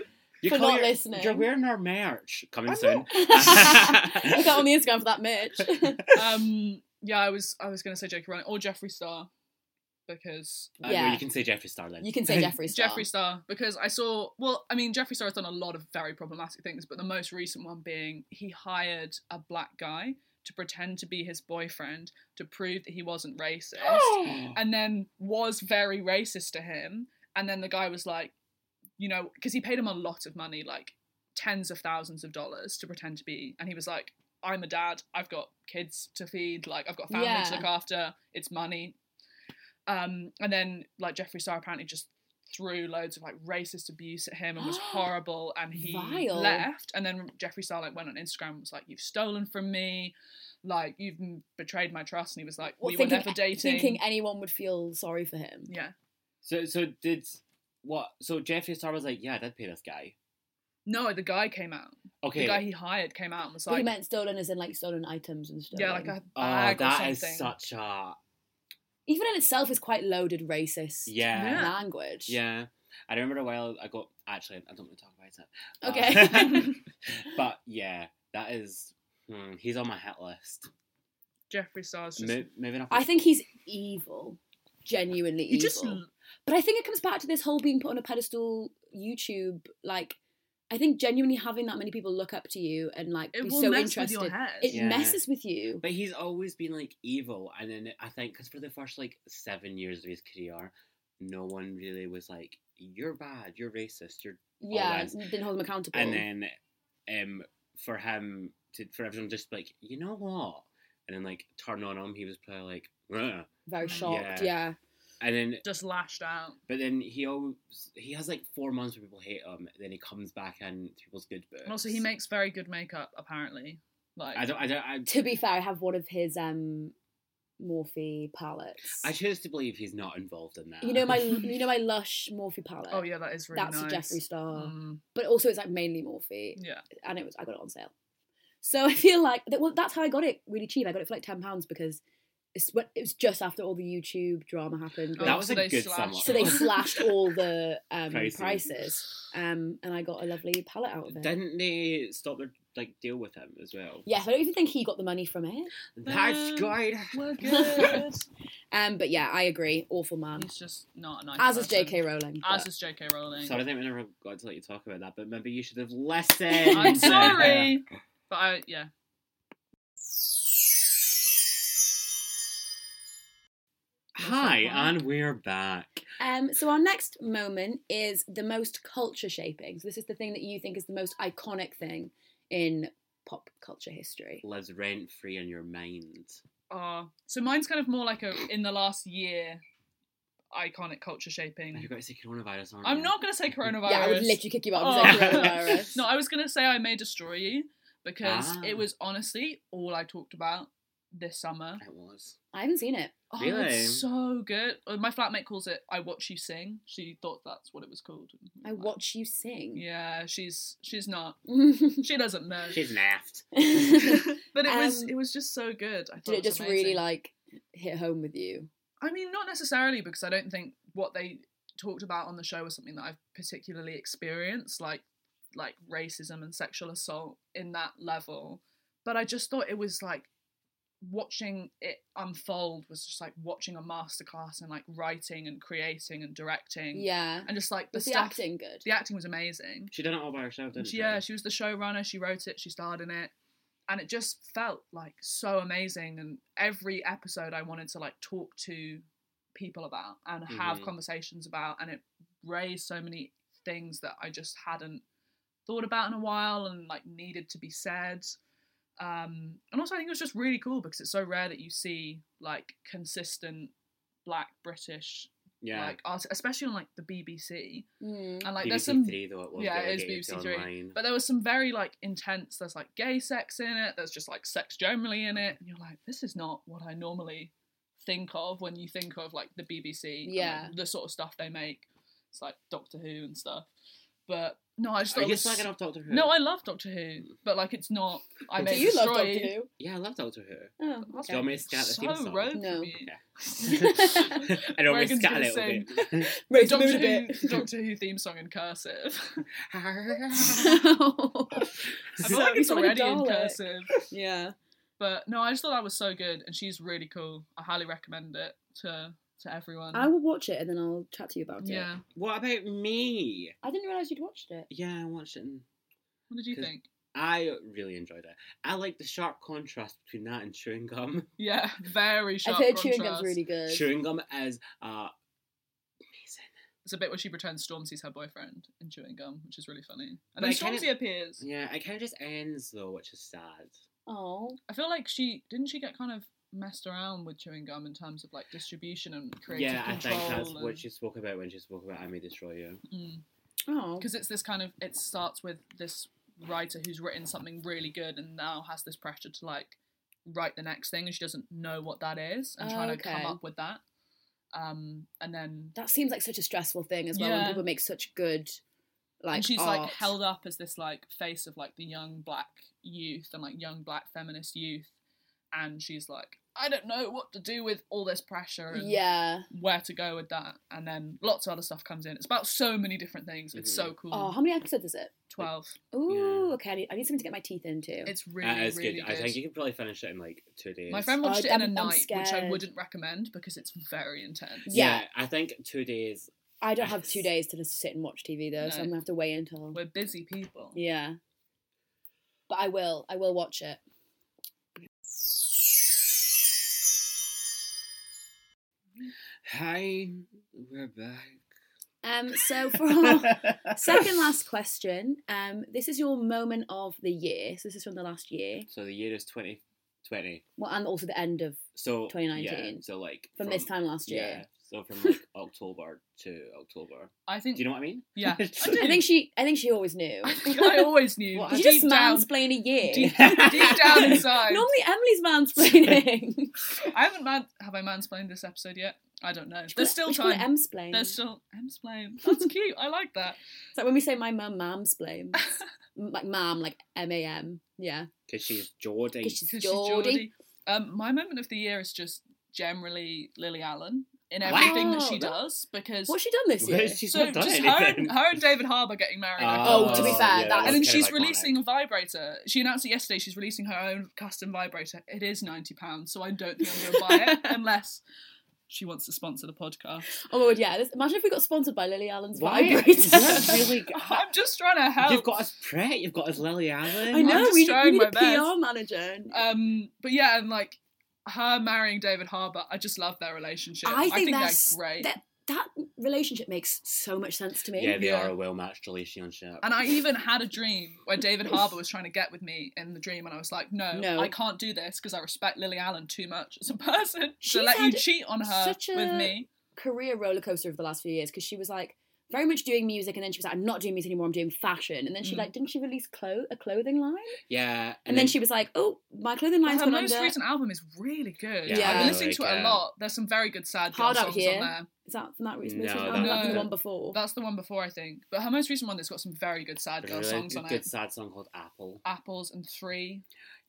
Speaker 1: You
Speaker 2: for
Speaker 1: call
Speaker 2: not
Speaker 1: your-
Speaker 2: listening.
Speaker 1: You're wearing our merch coming
Speaker 3: I'm
Speaker 1: soon. Uh,
Speaker 2: Look out on the Instagram for that Mitch.
Speaker 3: Um. Yeah. I was. I was going to say J.K. Rowling or Jeffree Star, because
Speaker 1: Uh,
Speaker 2: Yeah.
Speaker 1: well, you can say Jeffree Star then.
Speaker 2: you can say Jeffree Star.
Speaker 3: Jeffree Star because I saw well I mean Jeffree Star has done a lot of very problematic things but the most recent one being he hired a black guy to pretend to be his boyfriend to prove that he wasn't racist
Speaker 1: Oh.
Speaker 2: Mm.
Speaker 3: and then was very racist to him and then the guy was like you know because he paid him a lot of money like tens of thousands of dollars to pretend to be and he was like I'm a dad I've got kids to feed like I've got family to
Speaker 2: Yeah.
Speaker 3: look after it's money um and then like Jeffree Star apparently just threw loads of like racist abuse at him and was horrible and he
Speaker 2: Vile.
Speaker 3: left and then Jeffree Star like went on Instagram and was like you've stolen from me like you've betrayed my trust and he was like
Speaker 2: What,
Speaker 3: we were
Speaker 2: thinking-
Speaker 3: never dating
Speaker 2: Thinking anyone would feel sorry for him.
Speaker 3: yeah
Speaker 1: So, so did what? So Jeffree Star was like, "Yeah, I did pay this guy."
Speaker 3: No, the guy came out.
Speaker 1: Okay.
Speaker 3: The guy he hired came out and was
Speaker 2: But he
Speaker 3: like,
Speaker 2: meant stolen as in like stolen items and stuff.
Speaker 3: yeah, like a
Speaker 1: oh,
Speaker 3: bag or
Speaker 1: that
Speaker 3: something.
Speaker 1: is such a
Speaker 2: even in itself is quite loaded racist.
Speaker 1: yeah,
Speaker 3: Yeah.
Speaker 2: Language.
Speaker 1: yeah. I remember a while ago. Actually, I don't want to talk about it. Uh,
Speaker 2: Okay.
Speaker 1: but yeah, that is. Hmm, he's on my hit list.
Speaker 3: Jeffree Star's just.
Speaker 1: Mo- moving up.
Speaker 2: I think he's evil. Genuinely
Speaker 3: you
Speaker 2: evil.
Speaker 3: just
Speaker 2: But I think it comes back to this whole being put on a pedestal YouTube. Like, I think genuinely having that many people look up to you and like
Speaker 3: it
Speaker 2: be
Speaker 3: will
Speaker 2: so
Speaker 3: mess
Speaker 2: interested.
Speaker 3: with your head.
Speaker 2: It
Speaker 1: Yeah.
Speaker 2: messes with you.
Speaker 1: But he's always been like evil, and then I think because for the first like seven years of his career, no one really was like, "You're bad, you're racist, you're."
Speaker 2: Yeah,
Speaker 1: always.
Speaker 2: didn't hold them accountable.
Speaker 1: And then, um, for him to for everyone just be like, you know what, and then like turn on him, he was probably like, "Ugh."
Speaker 2: Very
Speaker 3: Yeah.
Speaker 2: shocked. Yeah.
Speaker 1: and then
Speaker 3: just lashed out.
Speaker 1: but then he always he has like four months where people hate him, then he comes back in to people's good books.
Speaker 3: And also, he makes very good makeup, apparently. Like,
Speaker 1: I don't. I don't. I,
Speaker 2: To be fair, I have one of his um, Morphe palettes.
Speaker 1: I choose to believe he's not involved in that.
Speaker 2: you know my you know my lush Morphe palette.
Speaker 3: oh, yeah, that is really
Speaker 2: That's
Speaker 3: nice.
Speaker 2: a Jeffree Star.
Speaker 3: Mm,
Speaker 2: but also it's like mainly Morphe,
Speaker 3: yeah.
Speaker 2: and it was I got it on sale. So I feel like that, well, that's how I got it really cheap. I got it for like ten pounds because it's what it was just after all the YouTube drama happened.
Speaker 1: That
Speaker 2: where-
Speaker 3: Oh,
Speaker 1: was
Speaker 3: so
Speaker 1: a
Speaker 3: they
Speaker 1: good
Speaker 3: slashed-
Speaker 1: summer.
Speaker 2: so they slashed all the um,
Speaker 1: Prices.
Speaker 2: prices, um, and I got a lovely palette out of it.
Speaker 1: Didn't they stop their like deal with him as well?
Speaker 2: Yes, I don't even think he got the money from it.
Speaker 1: That's
Speaker 3: Um,
Speaker 1: great.
Speaker 3: We're good.
Speaker 2: Um, but yeah, I agree. Awful man.
Speaker 3: He's just not a nice
Speaker 2: As is
Speaker 3: person.
Speaker 2: J.K. Rowling.
Speaker 3: As
Speaker 2: but-
Speaker 3: is J.K. Rowling.
Speaker 1: Sorry, I didn't ever got to let you talk about that, but maybe you should have listened.
Speaker 3: I'm sorry. but I, yeah.
Speaker 1: Hi, and we're back.
Speaker 2: Um, so our next moment is the most culture shaping. So this is the thing that you think is the most iconic thing in pop culture history.
Speaker 1: Lives rent free in your mind.
Speaker 3: Uh, so mine's kind of more like a in the last year iconic culture shaping.
Speaker 1: You're going to say coronavirus, aren't
Speaker 3: Mm. I'm
Speaker 1: you?
Speaker 3: not going to say coronavirus.
Speaker 2: Yeah, I would literally kick you out
Speaker 3: Oh.
Speaker 2: of the coronavirus.
Speaker 3: no, I was going to say I May Destroy You because
Speaker 1: Ah.
Speaker 3: it was honestly all I talked about this summer.
Speaker 1: It was.
Speaker 2: I haven't seen it.
Speaker 3: Oh,
Speaker 1: Really?
Speaker 3: it's so good. Uh, My flatmate calls it I Watch You Sing. She thought that's what it was called.
Speaker 2: I watch you sing.
Speaker 3: Yeah, she's she's not. She doesn't know.
Speaker 1: She's naffed.
Speaker 2: Did
Speaker 3: but it was
Speaker 2: Um,
Speaker 3: it was just so good. I thought
Speaker 2: it just
Speaker 3: was
Speaker 2: really
Speaker 3: amazing.
Speaker 2: like hit home with you?
Speaker 3: I mean, not necessarily because I don't think what they talked about on the show was something that I've particularly experienced, like like racism and sexual assault in that level. But I just thought it was like watching it unfold was just like watching a masterclass and like writing and creating and directing.
Speaker 2: Yeah.
Speaker 3: And just like the
Speaker 2: Was the
Speaker 3: stuff
Speaker 2: acting good?
Speaker 3: the acting was amazing.
Speaker 1: She done it all by herself, didn't she?
Speaker 3: Yeah, she was the showrunner. She wrote it. She starred in it, and it just felt like so amazing. And every episode, I wanted to like talk to people about and have
Speaker 1: Mhm.
Speaker 3: conversations about, and it raised so many things that I just hadn't thought about in a while, and like needed to be said. Um, and also, I think it was just really cool because it's so rare that you see like consistent Black British
Speaker 1: Yeah.
Speaker 3: like art, especially on like the BBC.
Speaker 2: Mm.
Speaker 3: And like
Speaker 1: BBC
Speaker 3: there's some
Speaker 1: Three, though, it was.
Speaker 3: yeah, it is
Speaker 1: delegated to
Speaker 3: BBC Three.
Speaker 1: online.
Speaker 3: but there was some very like intense. There's like gay sex in it. There's just like sex generally in it, and you're like, this is not what I normally think of when you think of like the BBC. and, like,
Speaker 2: Yeah.
Speaker 3: the sort of stuff they make. It's like Doctor Who and stuff. But no, I
Speaker 1: Are
Speaker 3: just thought. it
Speaker 1: you
Speaker 3: was-
Speaker 1: slagging off Doctor Who?
Speaker 3: No, I love Doctor Who, but like it's not. I
Speaker 1: Do
Speaker 3: may
Speaker 2: Do you love
Speaker 3: destroy
Speaker 2: Doctor
Speaker 3: you.
Speaker 2: Who?
Speaker 1: Yeah, I love Doctor Who. Do
Speaker 2: Oh,
Speaker 1: you want
Speaker 2: okay.
Speaker 1: me to scat the
Speaker 3: So
Speaker 1: theme song?
Speaker 3: rogue of
Speaker 2: No.
Speaker 3: you.
Speaker 1: I don't want to
Speaker 3: Reagan's
Speaker 1: scat a
Speaker 3: gonna
Speaker 1: little
Speaker 3: sing.
Speaker 1: bit.
Speaker 2: Raise the
Speaker 3: Doctor
Speaker 2: mood a
Speaker 3: Who,
Speaker 2: bit.
Speaker 3: Doctor Who theme song in cursive. I
Speaker 2: So-
Speaker 3: feel like it's
Speaker 2: you sound like
Speaker 3: already
Speaker 2: a
Speaker 3: in
Speaker 2: Dalek.
Speaker 3: cursive.
Speaker 2: yeah.
Speaker 3: But no, I just thought that was so good, and she's really cool. I highly recommend it to to everyone.
Speaker 2: I will watch it and then I'll chat to you about it.
Speaker 3: yeah.
Speaker 1: what about me?
Speaker 2: I didn't realise you'd watched it.
Speaker 1: Yeah, I watched it. And
Speaker 3: What did you
Speaker 1: 'Cause-
Speaker 3: think?
Speaker 1: I really enjoyed it. I like the sharp contrast between that and chewing gum.
Speaker 3: Yeah, very sharp.
Speaker 2: I've heard
Speaker 3: contrast.
Speaker 2: chewing gum's really good.
Speaker 1: Chewing gum is uh,
Speaker 3: It's a bit where she pretends Stormzy's her boyfriend in chewing gum, which is really funny.
Speaker 1: But
Speaker 3: And then
Speaker 1: I kinda-
Speaker 3: Stormzy appears.
Speaker 1: yeah, it kind of just ends though, which is sad.
Speaker 2: Oh,
Speaker 3: I feel like she didn't she get kind of messed around with chewing gum in terms of like distribution and creative
Speaker 1: yeah, I
Speaker 3: control.
Speaker 1: think that's
Speaker 3: and, mm.
Speaker 1: what she spoke about when she spoke about "I May Destroy You."
Speaker 2: oh.
Speaker 3: because it's this kind of it starts with this writer who's written something really good and now has this pressure to like write the next thing and she doesn't know what that is and
Speaker 2: Oh,
Speaker 3: trying to
Speaker 2: okay.
Speaker 3: come up with that Um, and then
Speaker 2: That seems like such a stressful thing as well when
Speaker 3: Yeah.
Speaker 2: people make such good, like,
Speaker 3: and she's like
Speaker 2: art.
Speaker 3: held up as this like face of like the young black youth and like young black feminist youth, and she's like, I don't know what to do with all this pressure. And
Speaker 2: Yeah.
Speaker 3: Where to go with that, and then lots of other stuff comes in. It's about so many different things. It's
Speaker 1: Mm-hmm.
Speaker 3: so cool.
Speaker 2: Oh, how many episodes is it?
Speaker 3: Twelve.
Speaker 2: Ooh, okay. I need, I need something to get my teeth into.
Speaker 3: It's really,
Speaker 1: That is
Speaker 3: really
Speaker 1: good. I think you could probably finish it in like two days.
Speaker 3: My friend
Speaker 2: Oh,
Speaker 3: watched it in a
Speaker 2: I'm- I'm
Speaker 3: night, which I
Speaker 2: scared.
Speaker 3: wouldn't recommend because it's very intense.
Speaker 1: Yeah.
Speaker 2: Yeah.
Speaker 1: I think two days.
Speaker 2: I don't have two
Speaker 1: Yes.
Speaker 2: days to just sit and watch TV though, so
Speaker 3: No.
Speaker 2: I'm gonna have to wait until.
Speaker 3: We're busy people.
Speaker 2: Yeah. But I will. I will watch it.
Speaker 1: Hi, we're back.
Speaker 2: Um. So for our second last question, um, this is your moment of the year. So this is from the last year,
Speaker 1: So the year is 2020.
Speaker 2: well, and also the end of
Speaker 1: So yeah,
Speaker 2: 2019.
Speaker 1: so like
Speaker 2: from, this time last
Speaker 1: Yeah.
Speaker 2: year.
Speaker 1: So from like October to October.
Speaker 3: I
Speaker 1: Do
Speaker 3: think.
Speaker 1: you know what I mean?
Speaker 3: Yeah. I,
Speaker 1: I
Speaker 3: do.
Speaker 2: I think she. I think she always knew.
Speaker 3: I think I always knew.
Speaker 1: What,
Speaker 2: Did you
Speaker 3: deep,
Speaker 2: just
Speaker 3: down,
Speaker 2: mansplain a year?
Speaker 3: deep, deep down inside.
Speaker 2: Normally Emily's mansplaining.
Speaker 3: I haven't man. Have I mansplained this episode yet? I don't know.
Speaker 2: We
Speaker 3: There's still
Speaker 2: should call it
Speaker 3: time.
Speaker 2: Emsplain.
Speaker 3: There's still emsplain. That's cute. I like that.
Speaker 2: It's like when we say my mum mamsplains. M- like mam, like M A M. Yeah.
Speaker 1: Because she's Geordie.
Speaker 2: Because she's
Speaker 3: She's
Speaker 2: Geordie.
Speaker 3: Geordie. Um, my moment of the year is just generally Lily Allen in everything that she
Speaker 2: Wow.
Speaker 3: does because
Speaker 2: What's she done this
Speaker 1: Well,
Speaker 2: year?
Speaker 1: she's
Speaker 3: so
Speaker 1: not done
Speaker 3: just her
Speaker 1: anything. Uh,
Speaker 3: and, her and David Harbour getting married. I
Speaker 2: Oh,
Speaker 3: thought
Speaker 2: to be
Speaker 3: was-
Speaker 2: fair, that
Speaker 3: and then
Speaker 2: was
Speaker 3: she's
Speaker 1: kind of
Speaker 3: releasing
Speaker 1: iconic.
Speaker 3: a vibrator. She announced it yesterday. She's releasing her own custom vibrator. It is ninety pounds, so I don't think I'm going to buy it unless she wants to sponsor the podcast.
Speaker 2: Oh my god, yeah. This, imagine if we got sponsored by Lily Allen's
Speaker 1: Why?
Speaker 2: vibrator.
Speaker 1: That's really.
Speaker 3: I'm just trying to help.
Speaker 1: You've got us Pret. You've got us Lily Allen.
Speaker 2: I know,
Speaker 3: just
Speaker 2: we,
Speaker 3: trying
Speaker 2: we need
Speaker 3: my
Speaker 2: a
Speaker 3: best.
Speaker 2: PR manager.
Speaker 3: um, but yeah, and like her marrying David Harbour, I just love their relationship.
Speaker 2: I think
Speaker 3: they're
Speaker 2: that's-
Speaker 3: great.
Speaker 2: that- that relationship makes so much sense to me.
Speaker 1: Yeah, they
Speaker 3: Yeah.
Speaker 1: are a well matched relationship.
Speaker 3: And I even had a dream where David Harbour was trying to get with me in the dream, and I was like, no,
Speaker 2: No.
Speaker 3: I can't do this because I respect Lily Allen too much as a person
Speaker 2: She's
Speaker 3: to let you
Speaker 2: had
Speaker 3: cheat on her
Speaker 2: such a-
Speaker 3: with me.
Speaker 2: Career roller coaster of the last few years because she was like very much doing music and then she was like, I'm not doing music anymore, I'm doing fashion. And then she
Speaker 3: Mm.
Speaker 2: like, didn't she release clo- a clothing line?
Speaker 1: yeah. And,
Speaker 2: And, then, she was like, oh, my clothing
Speaker 3: Well,
Speaker 2: line's
Speaker 3: her
Speaker 2: gone
Speaker 3: most
Speaker 2: under.
Speaker 3: recent album is really good.
Speaker 1: Yeah,
Speaker 3: Yeah, I've
Speaker 2: Yeah.
Speaker 3: been listening to it
Speaker 1: like,
Speaker 3: a
Speaker 1: uh,
Speaker 3: lot. There's some very good sad girl
Speaker 2: Hard Out
Speaker 3: songs
Speaker 2: Here.
Speaker 3: on there.
Speaker 2: Is that from that re- most
Speaker 1: No,
Speaker 2: recent
Speaker 1: that
Speaker 2: album? That's
Speaker 3: was
Speaker 2: the one
Speaker 3: the-
Speaker 2: before.
Speaker 3: That's the one before, I think. But her most recent one, that's got some very good sad
Speaker 1: There's
Speaker 3: girl
Speaker 1: a really
Speaker 3: songs on
Speaker 1: good, good
Speaker 3: it.
Speaker 1: sad song called Apple.
Speaker 3: Apples and Three.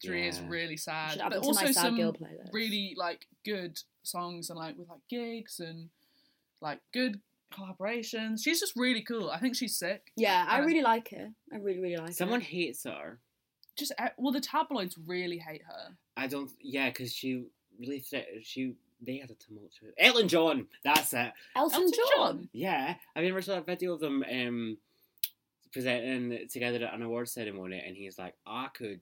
Speaker 3: Three is
Speaker 1: Yeah.
Speaker 3: really
Speaker 2: I
Speaker 3: sad.
Speaker 2: should add
Speaker 3: But
Speaker 2: it to my
Speaker 3: also
Speaker 2: sad
Speaker 3: some
Speaker 2: girl playlist.
Speaker 3: really like good songs and like with like gigs and like good collaborations. She's just really cool. I think she's sick.
Speaker 2: Yeah, I
Speaker 3: Uh,
Speaker 2: really like her. I really, really like her.
Speaker 1: Someone hates her.
Speaker 3: Just e- well, the tabloids really hate her.
Speaker 1: I don't. Yeah, because she really threat. She they had a tumultuous. Ellen John. That's it.
Speaker 2: Elton,
Speaker 3: Elton
Speaker 2: John.
Speaker 3: John.
Speaker 1: Yeah, I mean, I saw that video of them um, presenting together at an award ceremony, and he's like, "I could."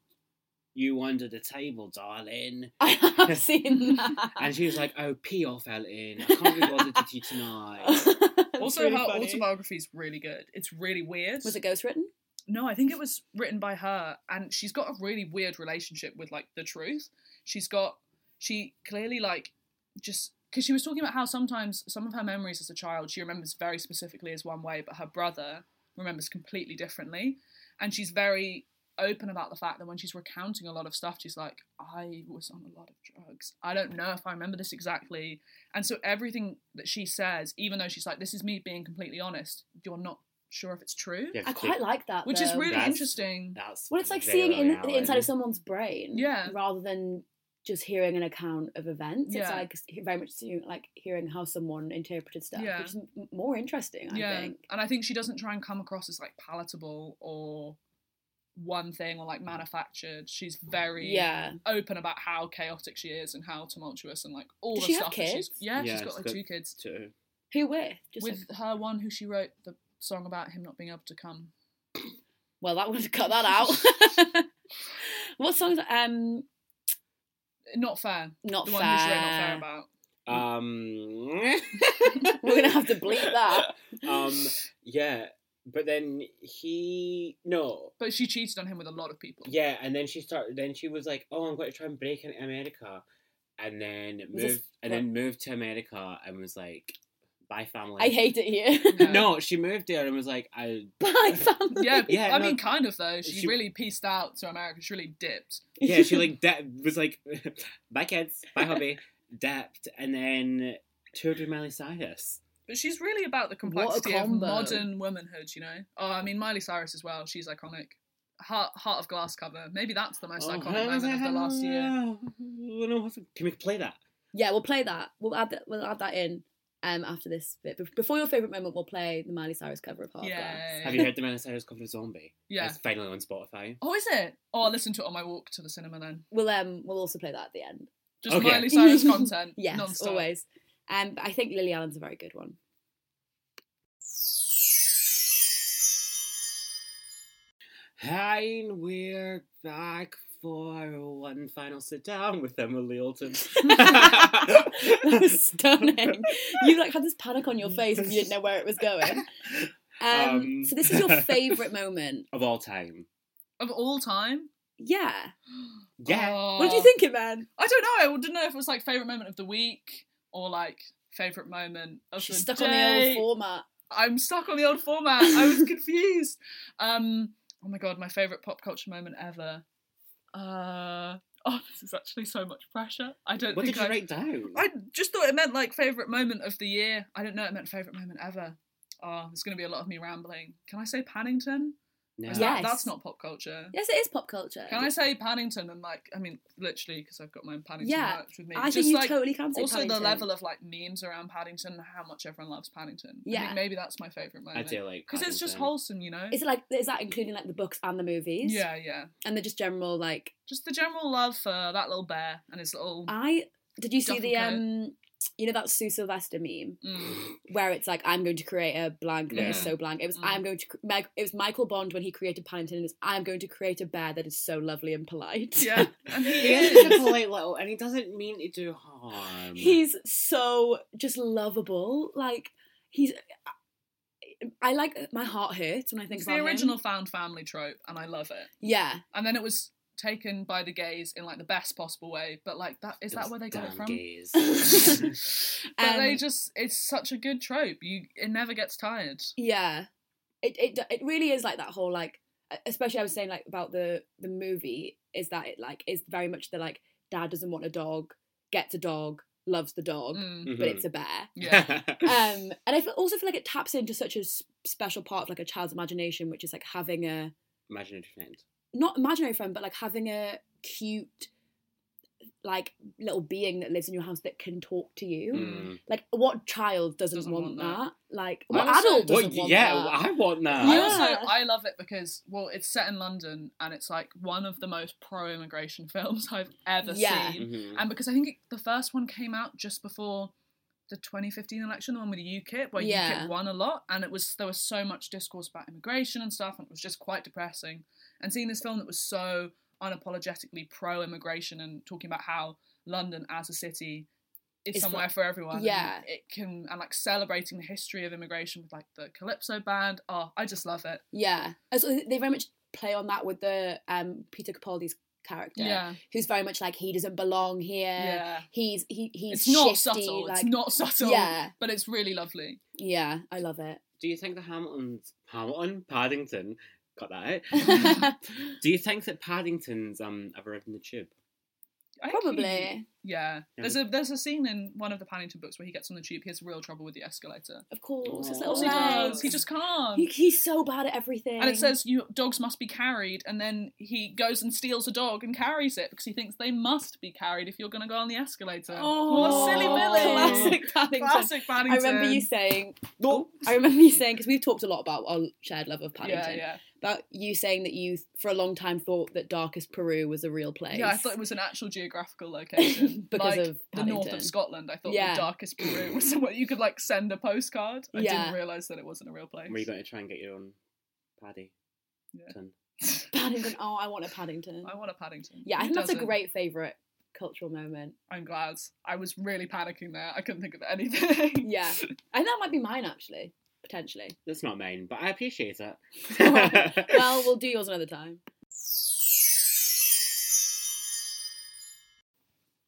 Speaker 1: You under the table, darling.
Speaker 2: I have seen that.
Speaker 1: And she was like, Oh, pee off, Elton. I can't be bothered with you tonight.
Speaker 2: It's
Speaker 3: Also,
Speaker 2: really
Speaker 3: her
Speaker 2: funny.
Speaker 3: autobiography is really good. It's really weird.
Speaker 2: was it ghostwritten?
Speaker 3: No, I think it was written by her, and she's got a really weird relationship with like the truth. She's got she clearly like just because she was talking about how sometimes some of her memories as a child she remembers very specifically as one way, but her brother remembers completely differently, and she's very open about the fact that when she's recounting a lot of stuff she's like i was on a lot of drugs i don't know if i remember this exactly and so everything that she says even though she's like this is me being completely honest you're not sure if it's true
Speaker 1: Yeah,
Speaker 2: I quite like that.
Speaker 3: which is
Speaker 2: though.
Speaker 3: really
Speaker 1: That's-
Speaker 3: interesting.
Speaker 1: That's
Speaker 2: Well, it's like
Speaker 1: very
Speaker 2: seeing in,
Speaker 1: Allen.
Speaker 2: the inside of someone's brain,
Speaker 3: Yeah.
Speaker 2: rather than just hearing an account of events.
Speaker 3: Yeah.
Speaker 2: It's like very much seeing, like hearing how someone interpreted stuff,
Speaker 3: Yeah.
Speaker 2: which is m- more interesting. I
Speaker 3: yeah,
Speaker 2: think.
Speaker 3: and I think she doesn't try and come across as like palatable or one thing or like manufactured. She's very
Speaker 2: Yeah,
Speaker 3: open about how chaotic she is and how tumultuous and like all
Speaker 2: Does
Speaker 3: the
Speaker 2: she have
Speaker 3: stuff. that she's,
Speaker 2: kids?
Speaker 3: yeah,
Speaker 1: Yeah,
Speaker 3: she's got
Speaker 1: she's
Speaker 3: like
Speaker 1: got-
Speaker 3: two kids
Speaker 1: too.
Speaker 2: who with? Just
Speaker 3: with
Speaker 2: like-
Speaker 3: her one who she wrote the song about him not being able to come.
Speaker 2: well, that would cut that out. what songs? Um,
Speaker 3: Not fair.
Speaker 2: not
Speaker 3: The
Speaker 2: fair.
Speaker 3: one who she wrote not fair about.
Speaker 1: Um,
Speaker 2: We're gonna have to bleep that.
Speaker 1: um, yeah, but then he no,
Speaker 3: But she cheated on him with a lot of people.
Speaker 1: yeah, and then she started. Then she was like, "Oh, I'm going to try and break into America," and then moved
Speaker 2: Was this-
Speaker 1: and then moved to America and was like, "Bye, family."
Speaker 2: I hate it here.
Speaker 3: Yeah.
Speaker 1: No, she moved there and was like, "I."
Speaker 2: Bye, family.
Speaker 3: Yeah,
Speaker 1: Yeah,
Speaker 3: I
Speaker 1: no.
Speaker 3: mean, kind of though. She,
Speaker 1: She-
Speaker 3: really pieced out to America. She really dipped.
Speaker 1: Yeah, she like de- was like, "Bye, kids. Bye, hubby." Dept, and then toured with Miley Cyrus.
Speaker 3: But she's really about the complexity of
Speaker 2: combo.
Speaker 3: modern womanhood, you know? Oh, I mean, Miley Cyrus as well. She's iconic. Heart, Heart of Glass cover. Maybe that's the most
Speaker 1: Oh,
Speaker 3: iconic moment of the last year.
Speaker 1: Oh, no, what's- Can we play that?
Speaker 2: Yeah, we'll play that. We'll add that. We'll add that in um, after this bit. Be- Before your favorite moment, we'll play the Miley Cyrus cover of Hard
Speaker 3: Yeah.
Speaker 1: Have you heard the Miley Cyrus cover of Zombie?
Speaker 3: Yeah.
Speaker 1: It's finally on Spotify.
Speaker 3: Oh, is it? Oh, I listened to it on my walk to the cinema then.
Speaker 2: We'll um we'll also play that at the end.
Speaker 3: Just
Speaker 1: Okay.
Speaker 3: Miley Cyrus content.
Speaker 2: Yes,
Speaker 3: non-stop.
Speaker 2: always. Um, but I think Lily Allen's a very good one.
Speaker 1: Hi, we're back for one final sit down with Emily Alton.
Speaker 2: That was stunning. you like had this panic on your face because you didn't know where it was going. Um,
Speaker 1: Um.
Speaker 2: so this is your favorite moment.
Speaker 1: of all time.
Speaker 3: Of all time?
Speaker 2: Yeah.
Speaker 1: Yeah.
Speaker 2: What do
Speaker 3: Oh.
Speaker 2: you think, it, man?
Speaker 3: I don't know. I didn't know if it was like favourite moment of the week or like favourite moment of
Speaker 2: She's
Speaker 3: the
Speaker 2: stuck
Speaker 3: day.
Speaker 2: on the old format.
Speaker 3: I'm stuck on the old format. I was confused. Um, oh my god, my favorite pop culture moment ever. Uh, oh, this is actually so much pressure. I don't
Speaker 1: What
Speaker 3: think
Speaker 1: did you
Speaker 3: I.
Speaker 1: write down?
Speaker 3: I just thought it meant like favorite moment of the year. I didn't know it meant favorite moment ever. Oh, there's going to be a lot of me rambling. Can I say Paddington? Or
Speaker 1: No.
Speaker 3: is that-
Speaker 2: Yes.
Speaker 3: that's not pop culture.
Speaker 2: Yes, it is pop culture.
Speaker 3: Can I say Paddington and like I mean literally because I've got my own Paddington
Speaker 2: Yeah,
Speaker 3: merch with me.
Speaker 2: I think
Speaker 3: Just
Speaker 2: you
Speaker 3: like
Speaker 2: totally can say
Speaker 3: also the
Speaker 2: Paddington.
Speaker 3: level of like memes around Paddington and how much everyone loves Paddington. I
Speaker 2: Yeah.
Speaker 3: think maybe that's my favorite
Speaker 1: I
Speaker 3: moment
Speaker 1: do like
Speaker 3: because it's just
Speaker 1: Paddington.
Speaker 3: wholesome, you know.
Speaker 2: Is it like is that including like the books and the movies?
Speaker 3: yeah, yeah.
Speaker 2: And the just general like
Speaker 3: Just the general love for that little bear and his little.
Speaker 2: I did you see
Speaker 3: Duffel
Speaker 2: the
Speaker 3: coat.
Speaker 2: um you know that Sue Sylvester meme
Speaker 3: Mm.
Speaker 2: where it's like I'm going to create a blank that is
Speaker 1: Yeah.
Speaker 2: so blank. It was
Speaker 3: Mm.
Speaker 2: I'm going to cr- Meg, it was Michael Bond when he created Paddington and it's I'm going to create a bear that is so lovely and polite.
Speaker 3: Yeah, and
Speaker 1: He
Speaker 3: he
Speaker 1: is a
Speaker 3: is.
Speaker 1: polite little, and he doesn't mean to do harm.
Speaker 2: He's so just lovable. Like he's I like my heart hurts when I think
Speaker 3: It's
Speaker 2: about
Speaker 3: the
Speaker 2: him.
Speaker 3: original found family trope, and I love it.
Speaker 2: Yeah.
Speaker 3: And then it was taken by the gays in like the best possible way, but like that is that
Speaker 1: Those
Speaker 3: where they got it
Speaker 1: damn
Speaker 3: from?
Speaker 1: gays. Mm-hmm.
Speaker 3: but they
Speaker 2: Um,
Speaker 3: just it's such a good trope. You it never gets tired.
Speaker 2: Yeah, it it it really is like that whole like, e, especially I was saying like about the the movie is that it like is very much the like dad doesn't want a dog, gets a dog, loves the dog,
Speaker 3: Mm,
Speaker 2: but it's a bear.
Speaker 3: yeah.
Speaker 2: Um, and I feel, also feel like it taps into such a s- special part of like a child's imagination, which is like having a
Speaker 1: imaginary friend.
Speaker 2: not imaginary friend, but like having a cute like little being that lives in your house that can talk to you.
Speaker 1: Mm.
Speaker 2: Like what child doesn't,
Speaker 3: Doesn't
Speaker 2: want,
Speaker 3: want
Speaker 2: that?
Speaker 3: that.
Speaker 2: Like
Speaker 1: I
Speaker 2: what
Speaker 3: also-
Speaker 2: adult
Speaker 1: Well,
Speaker 2: doesn't want
Speaker 1: yeah,
Speaker 2: that?
Speaker 1: I want that.
Speaker 3: I
Speaker 2: Yeah.
Speaker 3: also I love it because well it's set in London and it's like one of the most pro immigration films I've ever
Speaker 2: Yeah.
Speaker 3: seen.
Speaker 1: Mhm.
Speaker 3: and because I think it, the first one came out just before the 2015 election, the one with UKIP, where
Speaker 2: Yeah.
Speaker 3: UKIP won a lot, and it was there was so much discourse about immigration and stuff, and it was just quite depressing. And seeing this film that was so unapologetically pro-immigration and talking about how London as a city is
Speaker 2: It's
Speaker 3: somewhere for everyone, and
Speaker 2: yeah.
Speaker 3: it can and like celebrating the history of immigration with like the Calypso band. Oh, I just love it.
Speaker 2: Yeah, And so they very much play on that with the um, Peter Capaldi's character,
Speaker 3: Yeah,
Speaker 2: who's very much like he doesn't belong here.
Speaker 3: yeah.
Speaker 2: He's he he's
Speaker 3: It's not
Speaker 2: shifty,
Speaker 3: subtle.
Speaker 2: Like,
Speaker 3: it's not subtle.
Speaker 2: Yeah,
Speaker 3: But it's really lovely.
Speaker 2: yeah, I love it.
Speaker 1: Do you think the Hamilton's Hamilton Paddington? Got that out.
Speaker 2: Probably,
Speaker 1: Do you think that Paddington's um ever ridden the tube?
Speaker 3: I actually- Yeah. There's a there's a scene in one of the Paddington books where he gets on the tube, he has real trouble with the escalator.
Speaker 2: of course. his
Speaker 1: Of
Speaker 2: little
Speaker 3: Of course he does.
Speaker 2: legs.
Speaker 3: He just can't.
Speaker 2: He- he's so bad at everything.
Speaker 3: and it says you dogs must be carried, and then he goes and steals a dog and carries it because he thinks they must be carried if you're gonna go on the escalator.
Speaker 2: "Oh,
Speaker 3: silly Billy."
Speaker 2: classic Paddington."
Speaker 3: Classic
Speaker 2: I
Speaker 3: Paddington.
Speaker 2: remember you saying.
Speaker 1: No.
Speaker 2: I remember you saying because we've talked a lot about our shared love of Paddington.
Speaker 3: Yeah, yeah.
Speaker 2: About you saying that you, for a long time, thought that darkest Peru was a real place.
Speaker 3: Yeah, I thought it was an actual geographical location.
Speaker 2: because
Speaker 3: like
Speaker 2: of
Speaker 3: the north
Speaker 2: Paddington.
Speaker 3: of Scotland. I thought
Speaker 2: Yeah.
Speaker 3: the darkest Peru was somewhere you could like send a postcard. I
Speaker 2: Yeah.
Speaker 3: didn't realise that it wasn't a real place.
Speaker 1: Were you going to try and get your own Paddy?
Speaker 3: Yeah.
Speaker 2: Paddington. Oh, I want a Paddington.
Speaker 3: I want a Paddington.
Speaker 2: Yeah, I
Speaker 3: Who
Speaker 2: think that's a
Speaker 3: doesn't?
Speaker 2: great favourite cultural moment.
Speaker 3: I'm glad. I was really panicking there. I couldn't think of anything.
Speaker 2: Yeah. I think that might be mine actually, potentially.
Speaker 1: That's not mine, but I appreciate it.
Speaker 2: Well, we'll do yours another time.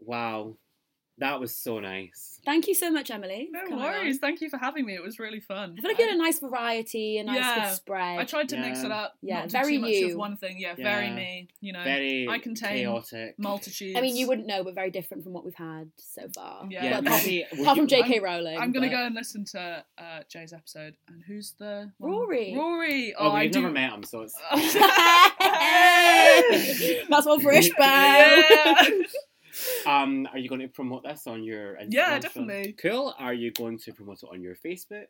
Speaker 1: wow, that was so nice.
Speaker 2: Thank you so much, Emily. for
Speaker 3: No
Speaker 2: coming on.
Speaker 3: worries. Thank you for having me. It was really fun.
Speaker 2: I feel like you had a nice variety, a nice
Speaker 3: Yeah.
Speaker 2: good spread.
Speaker 3: I tried to mix
Speaker 1: Yeah.
Speaker 3: it up.
Speaker 2: Yeah,
Speaker 3: not do
Speaker 2: very
Speaker 3: too much
Speaker 2: you.
Speaker 3: Of one thing. Yeah,
Speaker 1: Yeah.
Speaker 3: very me. You know,
Speaker 1: Very
Speaker 3: Um, I contain
Speaker 1: chaotic.
Speaker 3: multitudes.
Speaker 2: I mean, you wouldn't know, but very different from what we've had so far.
Speaker 3: Yeah.
Speaker 1: Yeah,
Speaker 2: Well, apart,
Speaker 1: maybe, would
Speaker 2: apart
Speaker 1: you-
Speaker 2: from J.K. Rowling.
Speaker 3: I'm gonna
Speaker 2: but-
Speaker 3: go and listen to uh, Jay's episode. And who's the one-
Speaker 2: Rory.
Speaker 3: Rory. Oh,
Speaker 1: Well,
Speaker 3: I
Speaker 1: we've
Speaker 3: do.
Speaker 1: never met him, so it's.
Speaker 2: That's one for Ishbel.
Speaker 3: Yeah.
Speaker 1: Um, are you going to promote this on your Instagram?
Speaker 3: Yeah,
Speaker 1: film?
Speaker 3: definitely.
Speaker 1: Cool. Are you going to promote it on your Facebook?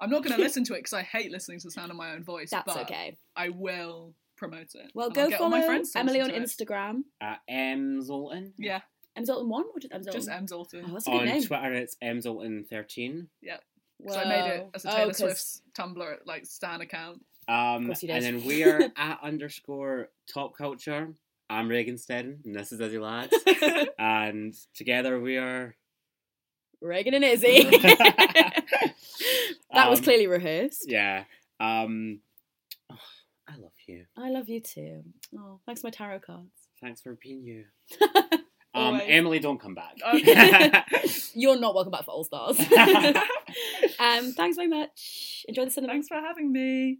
Speaker 3: I'm not going to listen to it because I hate listening to the sound of my own voice.
Speaker 2: That's
Speaker 3: but
Speaker 2: okay.
Speaker 3: I will promote it.
Speaker 2: Well,
Speaker 3: and I'll
Speaker 2: go
Speaker 3: get all
Speaker 2: follow
Speaker 3: my friends to
Speaker 2: Emily on
Speaker 3: listen to it.
Speaker 2: Instagram.
Speaker 1: At M Zoltan.
Speaker 3: Yeah,
Speaker 2: Emzolton1 or just Emzolton?
Speaker 3: just M Zoltan.
Speaker 2: Oh, that's a good
Speaker 1: On
Speaker 2: name.
Speaker 1: Twitter, it's M Zoltan13.
Speaker 3: Because I made it
Speaker 2: Whoa.
Speaker 3: as a
Speaker 2: Oh,
Speaker 3: Taylor
Speaker 2: 'cause-
Speaker 3: Swift's Tumblr like Stan account.
Speaker 1: Um,
Speaker 2: course he
Speaker 1: and
Speaker 2: does.
Speaker 1: then we're at underscore top culture. I'm Reagan Steadon, and this is Izzy Lads. and together we are.
Speaker 2: Reagan and Izzy. that was
Speaker 1: Um,
Speaker 2: clearly rehearsed.
Speaker 1: Yeah. Um, oh, I love you.
Speaker 2: I love you too. Oh, thanks for my tarot cards.
Speaker 1: Thanks for being you. um,
Speaker 3: Always.
Speaker 1: Emily, don't come back.
Speaker 3: Okay.
Speaker 2: You're not welcome back for All Stars. um, thanks very much. Enjoy the cinema.
Speaker 3: Thanks for having me.